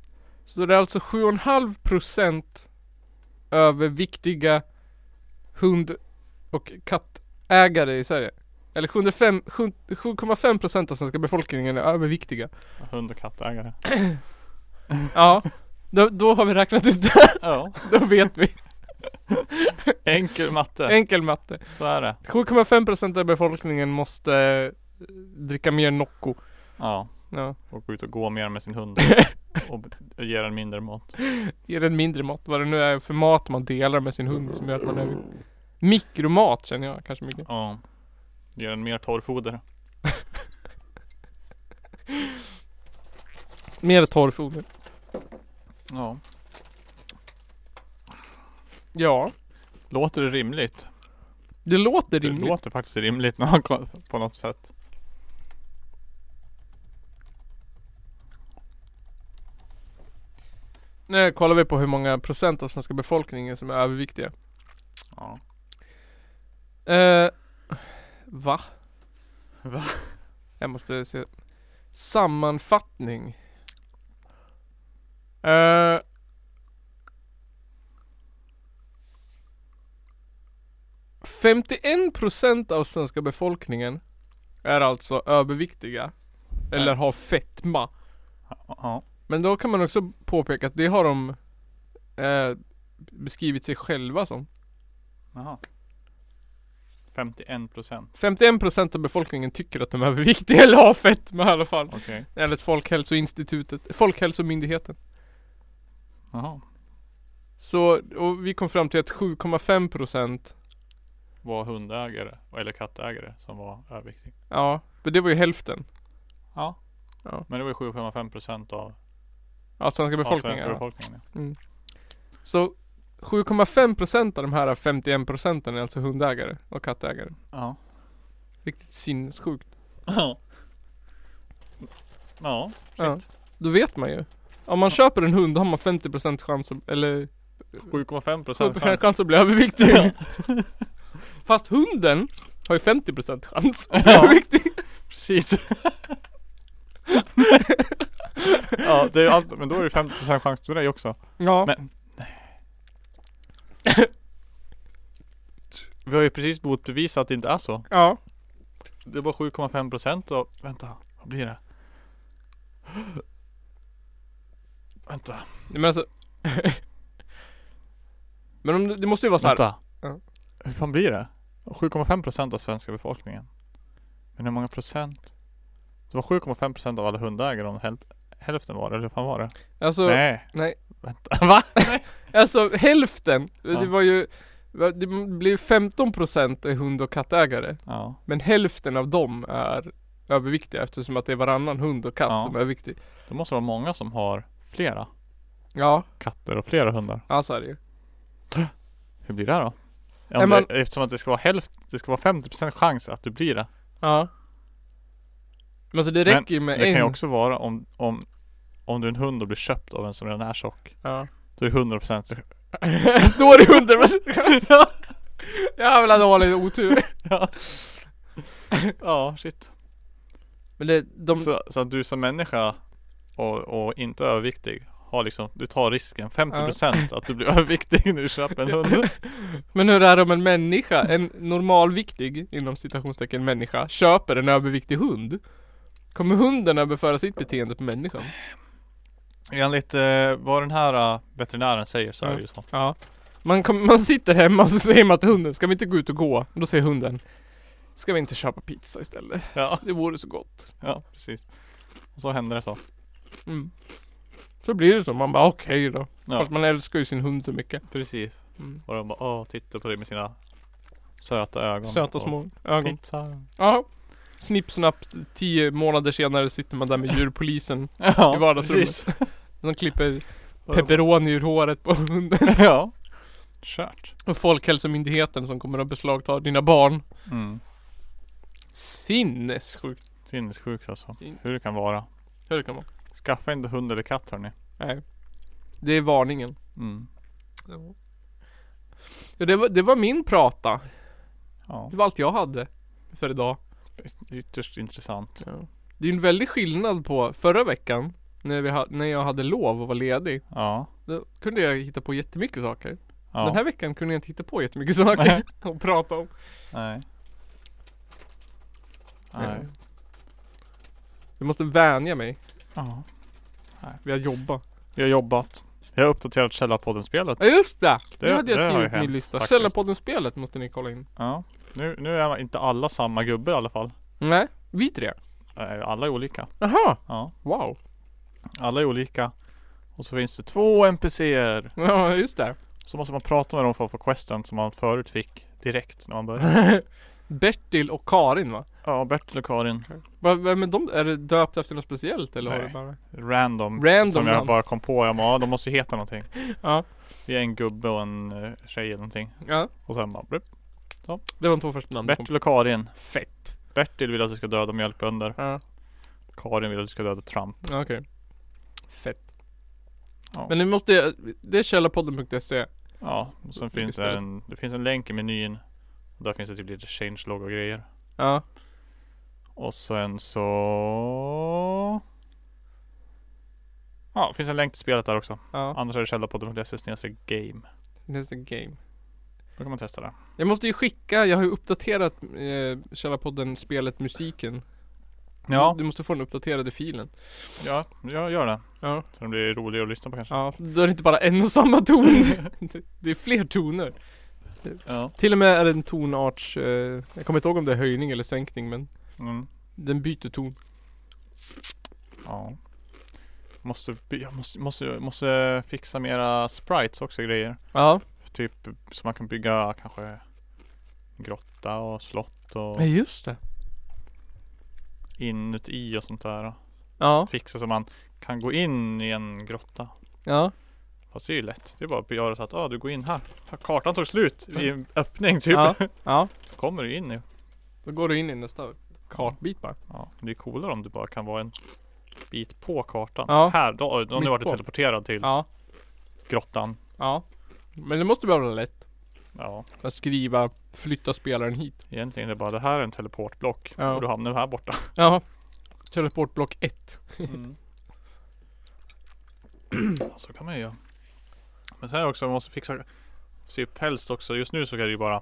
Speaker 1: Så det är alltså 7,5 procent överviktiga hund och kattägare i Sverige. Eller 705 7- 7,5 procent av svenska befolkningen är överviktiga.
Speaker 2: Hund och kattägare.
Speaker 1: Ja, då, då har vi räknat ut det.
Speaker 2: Ja.
Speaker 1: Då vet vi.
Speaker 2: Enkel matte.
Speaker 1: Enkel matte.
Speaker 2: Så är det.
Speaker 1: 7,5% av befolkningen måste eh, dricka mer Nocco.
Speaker 2: Ja.
Speaker 1: Ja.
Speaker 2: Och gå ut och gå mer med sin hund. och ger en mindre mat.
Speaker 1: Ge den mindre mat, vad det nu är för mat man delar med sin hund som gör att man är Mikromat känner jag kanske mycket.
Speaker 2: Ja. Ger den mer torrfoder.
Speaker 1: Mer torrfoder.
Speaker 2: Ja.
Speaker 1: Ja,
Speaker 2: Låter det rimligt?
Speaker 1: det låter
Speaker 2: Det
Speaker 1: rimligt.
Speaker 2: låter faktiskt rimligt när man kom- på något sätt.
Speaker 1: Nu kollar vi på hur många procent av svenska befolkningen som är överviktiga.
Speaker 2: Ja.
Speaker 1: Eh, va?
Speaker 2: Va?
Speaker 1: Jag måste se. Sammanfattning. Eh, Femtioen procent av svenska befolkningen är alltså överviktiga. Eller
Speaker 2: Nej.
Speaker 1: har fetma.
Speaker 2: Ja.
Speaker 1: Men då kan man också påpeka att det har de eh, beskrivit sig själva som.
Speaker 2: Jaha. 51 procent.
Speaker 1: 51% av befolkningen tycker att de är överviktiga eller har fetma i alla fall.
Speaker 2: Okej.
Speaker 1: Enligt Folkhälsoinstitutet, Folkhälsomyndigheten.
Speaker 2: Jaha.
Speaker 1: Så, och vi kom fram till att 7,5%
Speaker 2: Var hundägare eller kattägare som var överviktig.
Speaker 1: Ja, men det var ju hälften
Speaker 2: Ja.
Speaker 1: Ja.
Speaker 2: Men det var ju 7,5 procent av,
Speaker 1: av svenska
Speaker 2: av
Speaker 1: befolkningen.
Speaker 2: svenska
Speaker 1: ja.
Speaker 2: befolkningen. Ja.
Speaker 1: Så 7,5% av de här 51% är alltså hundägare och kattägare.
Speaker 2: Ja.
Speaker 1: Riktigt sinnessjukt.
Speaker 2: Ja. Ja.
Speaker 1: Ja. Då vet man ju. Om man köper en hund har man 50% chans att, eller
Speaker 2: 7,5 procent.
Speaker 1: 7% chans att bli överviktig. Fast hunden har ju 50% chans att bli
Speaker 2: Ja.
Speaker 1: överviktig.
Speaker 2: Precis. ja, det är allt, men då är det 50 procent chans för dig också.
Speaker 1: Ja.
Speaker 2: Men- Vi har ju precis motbevisat att det inte är så.
Speaker 1: ja.
Speaker 2: Det var 7,5 procent och vänta, vad blir det? Vänta,
Speaker 1: Men alltså. Men om, det- det måste ju vara så här.
Speaker 2: vänta.
Speaker 1: Ja.
Speaker 2: Hur fan blir det? 7,5 procent av svenska befolkningen. Men hur många procent? Det var 7,5 procent av alla hundägare om häl- hälften var det, eller hur fan var det?
Speaker 1: Alltså,
Speaker 2: nej.
Speaker 1: nej.
Speaker 2: Vänta, va?
Speaker 1: alltså hälften. Det
Speaker 2: Ja.
Speaker 1: var ju. Det blir 15% är hund och kattägare.
Speaker 2: Ja.
Speaker 1: Men hälften av dem är överviktiga eftersom att det är varannan hund och katt
Speaker 2: Ja.
Speaker 1: som är överviktig.
Speaker 2: Det måste vara många som har flera
Speaker 1: Ja,
Speaker 2: katter och flera hundar.
Speaker 1: ja så är det ju.
Speaker 2: Hur blir det då?
Speaker 1: Nej,
Speaker 2: Om
Speaker 1: men-
Speaker 2: det, eftersom att det ska vara hälft, det ska vara 50% chans att du blir det.
Speaker 1: Ja. Men alltså det
Speaker 2: Men
Speaker 1: räcker ju med
Speaker 2: det
Speaker 1: en.
Speaker 2: kan ju också vara om, om, om du är en hund och blir köpt av en som redan är tjock.
Speaker 1: Ja.
Speaker 2: Då är det 100%
Speaker 1: Då är det hundra procent. Jävla dålig otur.
Speaker 2: Ja. ja, shit.
Speaker 1: Men det, de,
Speaker 2: Så, så att du som människa och, och inte överviktig har liksom, du tar risken 50% att du blir överviktig när du köper en hund.
Speaker 1: Men hur är det om en människa, en normalviktig, inom citationstecken människa, köper en överviktig hund? Kommer hunden överföra sitt beteende på människan?
Speaker 2: Enligt eh, vad den här eh, veterinären säger så är det ju så.
Speaker 1: Ja. Man, kom, man sitter hemma och så säger man till hunden, ska vi inte gå ut och gå? Och då säger hunden, ska vi inte köpa pizza istället?
Speaker 2: Ja,
Speaker 1: Det vore så gott.
Speaker 2: ja precis. Och så händer det så.
Speaker 1: Mm. Så blir det så, man bara okej då.
Speaker 2: Ja.
Speaker 1: Fast man älskar ju sin hund så mycket.
Speaker 2: Precis.
Speaker 1: Mm.
Speaker 2: Och de bara åh, titta på dig med sina söta ögon.
Speaker 1: Söta
Speaker 2: och
Speaker 1: små ögon.
Speaker 2: Pizza.
Speaker 1: Ja. Snipp snapp, tio månader senare sitter man där med djurpolisen.
Speaker 2: Ja,
Speaker 1: I vardagsrummet.
Speaker 2: precis.
Speaker 1: De klipper pepperoni ur håret på hunden.
Speaker 2: ja. Kört.
Speaker 1: Och Folkhälsomyndigheten som kommer att beslagta dina barn.
Speaker 2: Mm.
Speaker 1: Sinnessjukt.
Speaker 2: Sinnessjukt alltså.
Speaker 1: Sin-
Speaker 2: Hur det kan vara.
Speaker 1: Hur det kan vara.
Speaker 2: Skaffa inte hund eller katt hörni.
Speaker 1: Nej. Det är varningen.
Speaker 2: Mm.
Speaker 1: Ja, Det var, det var min prata.
Speaker 2: Ja.
Speaker 1: Det var allt jag hade. För idag.
Speaker 2: Ytterst intressant.
Speaker 1: Det är en väldig skillnad på förra veckan. När, vi ha, när jag hade lov och var ledig.
Speaker 2: Ja.
Speaker 1: Då kunde jag hitta på jättemycket saker.
Speaker 2: ja.
Speaker 1: Den här veckan kunde jag inte hitta på jättemycket saker.
Speaker 2: Nej.
Speaker 1: att prata om.
Speaker 2: Nej. Nej.
Speaker 1: Jag måste vänja mig
Speaker 2: Ja.
Speaker 1: vid att jobba.
Speaker 2: Vi har jobbat. Vi har uppdaterat Källarpodden-spelet.
Speaker 1: Ja just det! Det,
Speaker 2: Det-
Speaker 1: hade jag
Speaker 2: det har ju
Speaker 1: skrivit på min
Speaker 2: hänt,
Speaker 1: lista.
Speaker 2: faktiskt.
Speaker 1: Källarpodden-spelet måste ni kolla in.
Speaker 2: Ja. Nu, nu är inte alla samma gubbe i alla fall.
Speaker 1: Nej, vi tre.
Speaker 2: Eh, Alla är olika.
Speaker 1: Aha.
Speaker 2: Ja.
Speaker 1: Wow.
Speaker 2: Alla är olika. Och så finns det två NPCer.
Speaker 1: Ja, just det.
Speaker 2: Så måste man prata med dem för att få questen som man förut fick direkt när man började.
Speaker 1: Bertil och Karin va?
Speaker 2: Ja, Bertil och Karin.
Speaker 1: Va- Vem är de? Är det döpt efter något speciellt eller? Har
Speaker 2: Nej.
Speaker 1: du bara...
Speaker 2: Random.
Speaker 1: Random
Speaker 2: som jag
Speaker 1: namn.
Speaker 2: bara kom på. Jag bara, ja, de måste ju heta någonting.
Speaker 1: Ja.
Speaker 2: Det är en gubbe och en eh, tjej eller någonting.
Speaker 1: ja.
Speaker 2: Och sen bara, blup.
Speaker 1: Det var de två första namnen. jag kom på.
Speaker 2: Bertil och Karin.
Speaker 1: Fett.
Speaker 2: Bertil vill att du ska döda mjölkbönder.
Speaker 1: Ja,
Speaker 2: Karin vill att du ska döda Trump.
Speaker 1: ja, okej. Fett.
Speaker 2: Ja.
Speaker 1: Men ni måste, det är källarpodden.se.
Speaker 2: Ja, och sen finns det
Speaker 1: Istället.
Speaker 2: en, det finns en länk i menyn. Och där finns det typ lite changelog och grejer.
Speaker 1: Ja.
Speaker 2: Och sen så... Ja, det finns en länk till spelet där också.
Speaker 1: Ja.
Speaker 2: Annars är det källarpodden.se snedstreck game.
Speaker 1: Nästa game.
Speaker 2: Då kan man testa det.
Speaker 1: Jag måste ju skicka, jag har ju uppdaterat eh, källarpodden spelet musiken.
Speaker 2: Ja,
Speaker 1: Du måste få den uppdaterade filen.
Speaker 2: ja jag gör det.
Speaker 1: Ja.
Speaker 2: Så det blir roligare att lyssna på kanske.
Speaker 1: Ja, då är det inte bara en och samma ton. Det- det är fler toner.
Speaker 2: Ja.
Speaker 1: Till och med är det en tonarts, eh, jag kommer inte ihåg om det är höjning eller sänkning men
Speaker 2: Mm.
Speaker 1: den byter ton.
Speaker 2: ja. Måste, by- jag måste, måste, måste fixa mera sprites också och grejer.
Speaker 1: Ja.
Speaker 2: Typ så man kan bygga kanske grotta och slott och
Speaker 1: Ja just det.
Speaker 2: inuti och sånt där.
Speaker 1: Ja.
Speaker 2: Fixa så man kan gå in i en grotta.
Speaker 1: Ja.
Speaker 2: Fast det är ju lätt. Det är bara att göra så att ah, du går in här. Fan, Kartan tog slut i en öppning typ.
Speaker 1: Mm. Ja. Ja.
Speaker 2: Så kommer du in nu.
Speaker 1: Då går du in i nästa kartbit bara.
Speaker 2: Ja, men det är coolare om du bara kan vara en bit på kartan.
Speaker 1: Ja.
Speaker 2: Här, då, då har
Speaker 1: Mitt
Speaker 2: du varit
Speaker 1: på.
Speaker 2: teleporterad till
Speaker 1: Ja.
Speaker 2: grottan.
Speaker 1: Ja. Men det måste vara lätt.
Speaker 2: Ja,
Speaker 1: Att skriva, flytta spelaren hit.
Speaker 2: egentligen är det bara det här är en teleportblock.
Speaker 1: Ja.
Speaker 2: Och du hamnar här borta.
Speaker 1: Ja. Teleportblock 1. Mm.
Speaker 2: Ja, så kan man ju göra. Men så här också, man måste fixa typ helst också. Just nu så är det ju bara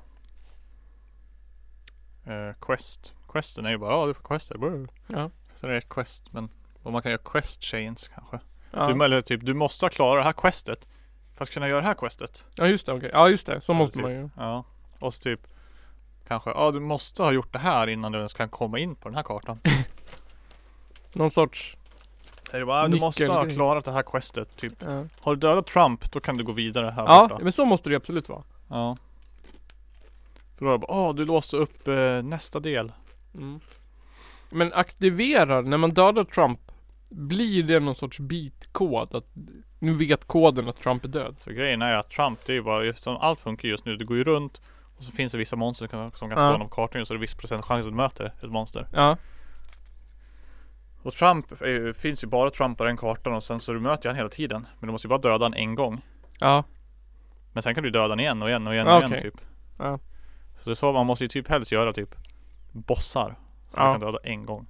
Speaker 2: eh, Quest. Questen är ju bara, ja du får questar. Brr.
Speaker 1: Ja.
Speaker 2: Så det är ett quest, men och man kan göra quest chains kanske. Du,
Speaker 1: Ja.
Speaker 2: eller typ, du måste ha klarat det här questet. För att kunna göra det här questet.
Speaker 1: ja just det, okej. Ja just det, så måste
Speaker 2: typ.
Speaker 1: man ju.
Speaker 2: Ja. Och så typ kanske, ja du måste ha gjort det här innan du ens kan komma in på den här kartan.
Speaker 1: Någon sorts...
Speaker 2: Det är bara, du måste ha
Speaker 1: Nyckelgrej.
Speaker 2: klarat det här questet. Typ,
Speaker 1: Ja.
Speaker 2: har du dödat Trump då kan du gå vidare här
Speaker 1: ja,
Speaker 2: borta.
Speaker 1: men så måste det ju absolut vara.
Speaker 2: Ja. För då är det bara, åh du låste upp eh, nästa del.
Speaker 1: Mm. Men aktiverar, när man dödar Trump, blir det någon sorts bitkod? Att nu vet koden att Trump är död?
Speaker 2: Så grejen är ju att Trump, det är ju bara, eftersom allt funkar just nu, det går ju runt. Och så finns det vissa monster som kan, som kan
Speaker 1: Ja.
Speaker 2: spåna på kartan så det är viss procent chans att du möter ett monster.
Speaker 1: Ja,
Speaker 2: Och Trump, är, ju- finns ju bara Trump på den kartan och sen så du möter ju han hela tiden. Men du måste ju bara döda han en gång.
Speaker 1: ja,
Speaker 2: Men sen kan du döda han igen och igen och igen
Speaker 1: Ja,
Speaker 2: och igen
Speaker 1: okej.
Speaker 2: typ.
Speaker 1: Ja.
Speaker 2: Så det är så man måste ju typ helst göra typ bossar. Som
Speaker 1: Ja.
Speaker 2: du kan döda en gång.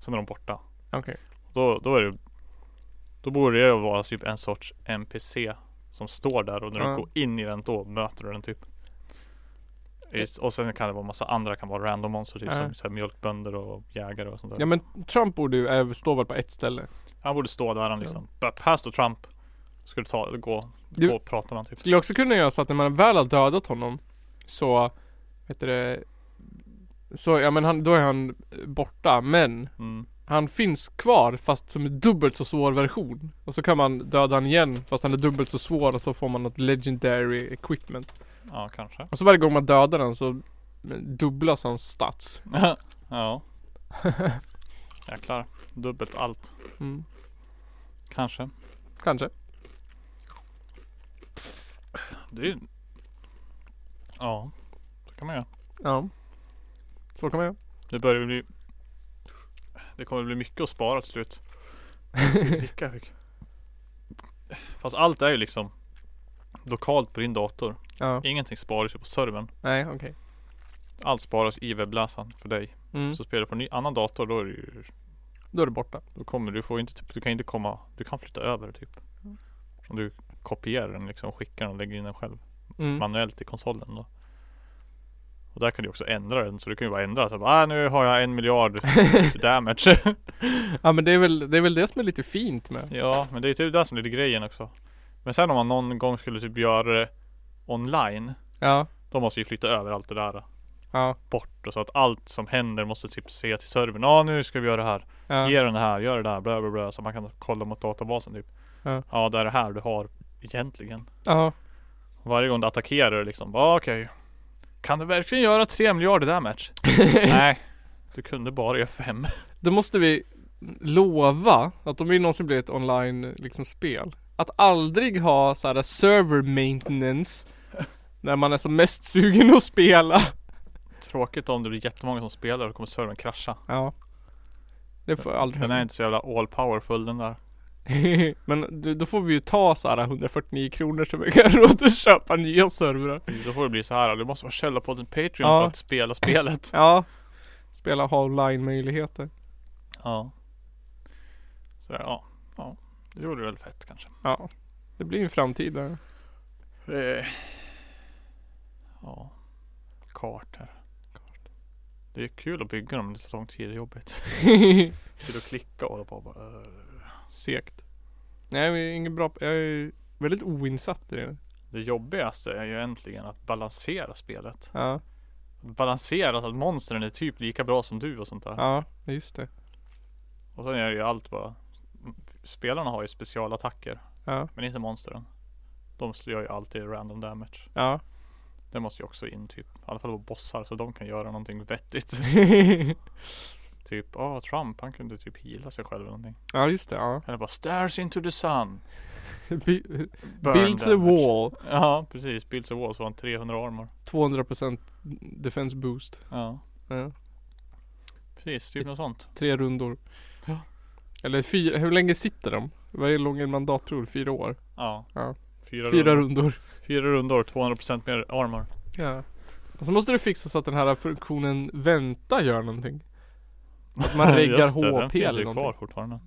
Speaker 2: Sen är de borta.
Speaker 1: okej.
Speaker 2: Då, då är det Då borde det vara typ en sorts NPC Som står där och när
Speaker 1: Ja.
Speaker 2: du går in i den då möter du den typ Is- Och sen kan det vara massa andra kan vara random monster typ
Speaker 1: Ja.
Speaker 2: som så här, mjölkbönder och jägare och sånt där
Speaker 1: Ja men Trump borde ju, eh, stå väl på ett ställe.
Speaker 2: Han borde stå där han liksom "Bup, Här står Trump Skulle ta, gå,
Speaker 1: Du-
Speaker 2: gå och prata med han typ
Speaker 1: Skulle jag också kunna göra så att när man väl har dödat honom, så, vet du det, så, ja men han, då är han eh, borta, men
Speaker 2: mm.
Speaker 1: han finns kvar fast som en dubbelt så svår version. Och så kan man döda han igen fast han är dubbelt så svår och så får man något legendary equipment.
Speaker 2: Ja kanske
Speaker 1: Och så varje gång man dödar den så dubblas hans stats.
Speaker 2: Ja Jäklar Dubbelt allt
Speaker 1: Mm.
Speaker 2: Kanske
Speaker 1: Kanske.
Speaker 2: Det är ju Ja Så kan man göra
Speaker 1: Ja. Så kan man göra.
Speaker 2: Det börjar bli Det kommer bli mycket att spara till slut Vilka jag fick Fast allt är ju liksom Lokalt på din dator
Speaker 1: ja.
Speaker 2: Ingenting sparas ju på servern
Speaker 1: Nej, okej.
Speaker 2: Allt sparas i webbläsaren för dig
Speaker 1: Mm.
Speaker 2: Så spelar du på en ny, annan dator då är det ju
Speaker 1: Då är det borta.
Speaker 2: Då kommer du få inte typ, Du kan inte komma Du kan flytta över typ
Speaker 1: Mm.
Speaker 2: Om du kopierar den liksom Skickar den och lägger in den själv
Speaker 1: Mm.
Speaker 2: Manuellt i konsolen då och där kan du också ändra den så du kan ju bara ändra så bara, ah, nu har jag en miljard damage
Speaker 1: Ja men det är, väl, det är väl det som är lite fint med.
Speaker 2: Ja, men det är typ det som är lite grejen också. Men sen om man någon gång skulle typ göra det online.
Speaker 1: Ja.
Speaker 2: Då måste vi flytta över allt det där.
Speaker 1: Ja.
Speaker 2: bort och så att allt som händer måste typ se till servern. Ja ah, nu ska vi göra det här.
Speaker 1: Ja.
Speaker 2: Ge den det här, gör det där, bla bla bla. Så man kan kolla mot databasen typ.
Speaker 1: Ja.
Speaker 2: Ja det är det här du har egentligen.
Speaker 1: Ja.
Speaker 2: Varje gång du attackerar du liksom, bara, ah, okej. Kan du verkligen göra 3 miljarder damage? Nej. Du kunde bara göra 5.
Speaker 1: Då måste vi lova att om vi någonsin blir ett online liksom spel Att aldrig ha så här server maintenance När man är som mest sugen att spela
Speaker 2: Tråkigt om det blir jättemånga som spelar och kommer servern krascha.
Speaker 1: Ja Det får aldrig
Speaker 2: Den är inte så jävla all powerful den där.
Speaker 1: hända. Men du- då får vi ju ta så här 149 kronor så vi kan råd att köpa nya servrar
Speaker 2: Då får det bli så här. du måste vara källarpodden Patreon
Speaker 1: Ja.
Speaker 2: för att spela spelet.
Speaker 1: Ja Spela ha online möjligheter
Speaker 2: Ja. Så där, ja. Ja. Det vore väl fett kanske.
Speaker 1: Ja Det blir ju framtida
Speaker 2: Eh. Ja. Kartor. Det är kul att bygga dem, det tar lång tid, det är jobbigt. Kul att klicka och hålla på och bara. eh.
Speaker 1: Segt Nej men ingen bra Jag är väldigt oinsatt i det
Speaker 2: Det jobbigaste är ju egentligen att balansera spelet.
Speaker 1: Ja
Speaker 2: Att balansera så att monstren är typ lika bra som du och sånt där.
Speaker 1: Ja just det
Speaker 2: Och sen är det ju allt bara Spelarna har ju specialattacker
Speaker 1: Ja
Speaker 2: Men inte monstren De gör ju alltid random damage
Speaker 1: Ja
Speaker 2: Det måste ju också in typ I alla fall på bossar så de kan göra någonting vettigt Typ, ah Trump han kunde typ heala sig själv eller någonting
Speaker 1: Ja just det, ja.
Speaker 2: Eller bara stares into the sun
Speaker 1: Bi-
Speaker 2: Burn
Speaker 1: Builds a
Speaker 2: damage."
Speaker 1: wall.
Speaker 2: Ja precis, builds a wall så har han 300 armor
Speaker 1: 200% defense boost.
Speaker 2: Ja
Speaker 1: Ja.
Speaker 2: Precis, typ något sånt
Speaker 1: Tre rundor.
Speaker 2: Ja.
Speaker 1: Eller fyra, hur länge sitter de? Vad är lång en mandatperiod? Fyra år?
Speaker 2: Ja,
Speaker 1: Ja.
Speaker 2: Fyra,
Speaker 1: Fyra
Speaker 2: rundor,
Speaker 1: rundor.
Speaker 2: fyra rundor, 200% mer armor
Speaker 1: Ja. Och så måste det fixas så att den här funktionen vänta gör någonting. Att man reggar
Speaker 2: Just det, den
Speaker 1: HP
Speaker 2: finns
Speaker 1: eller
Speaker 2: ju kvar
Speaker 1: någonting.
Speaker 2: fortfarande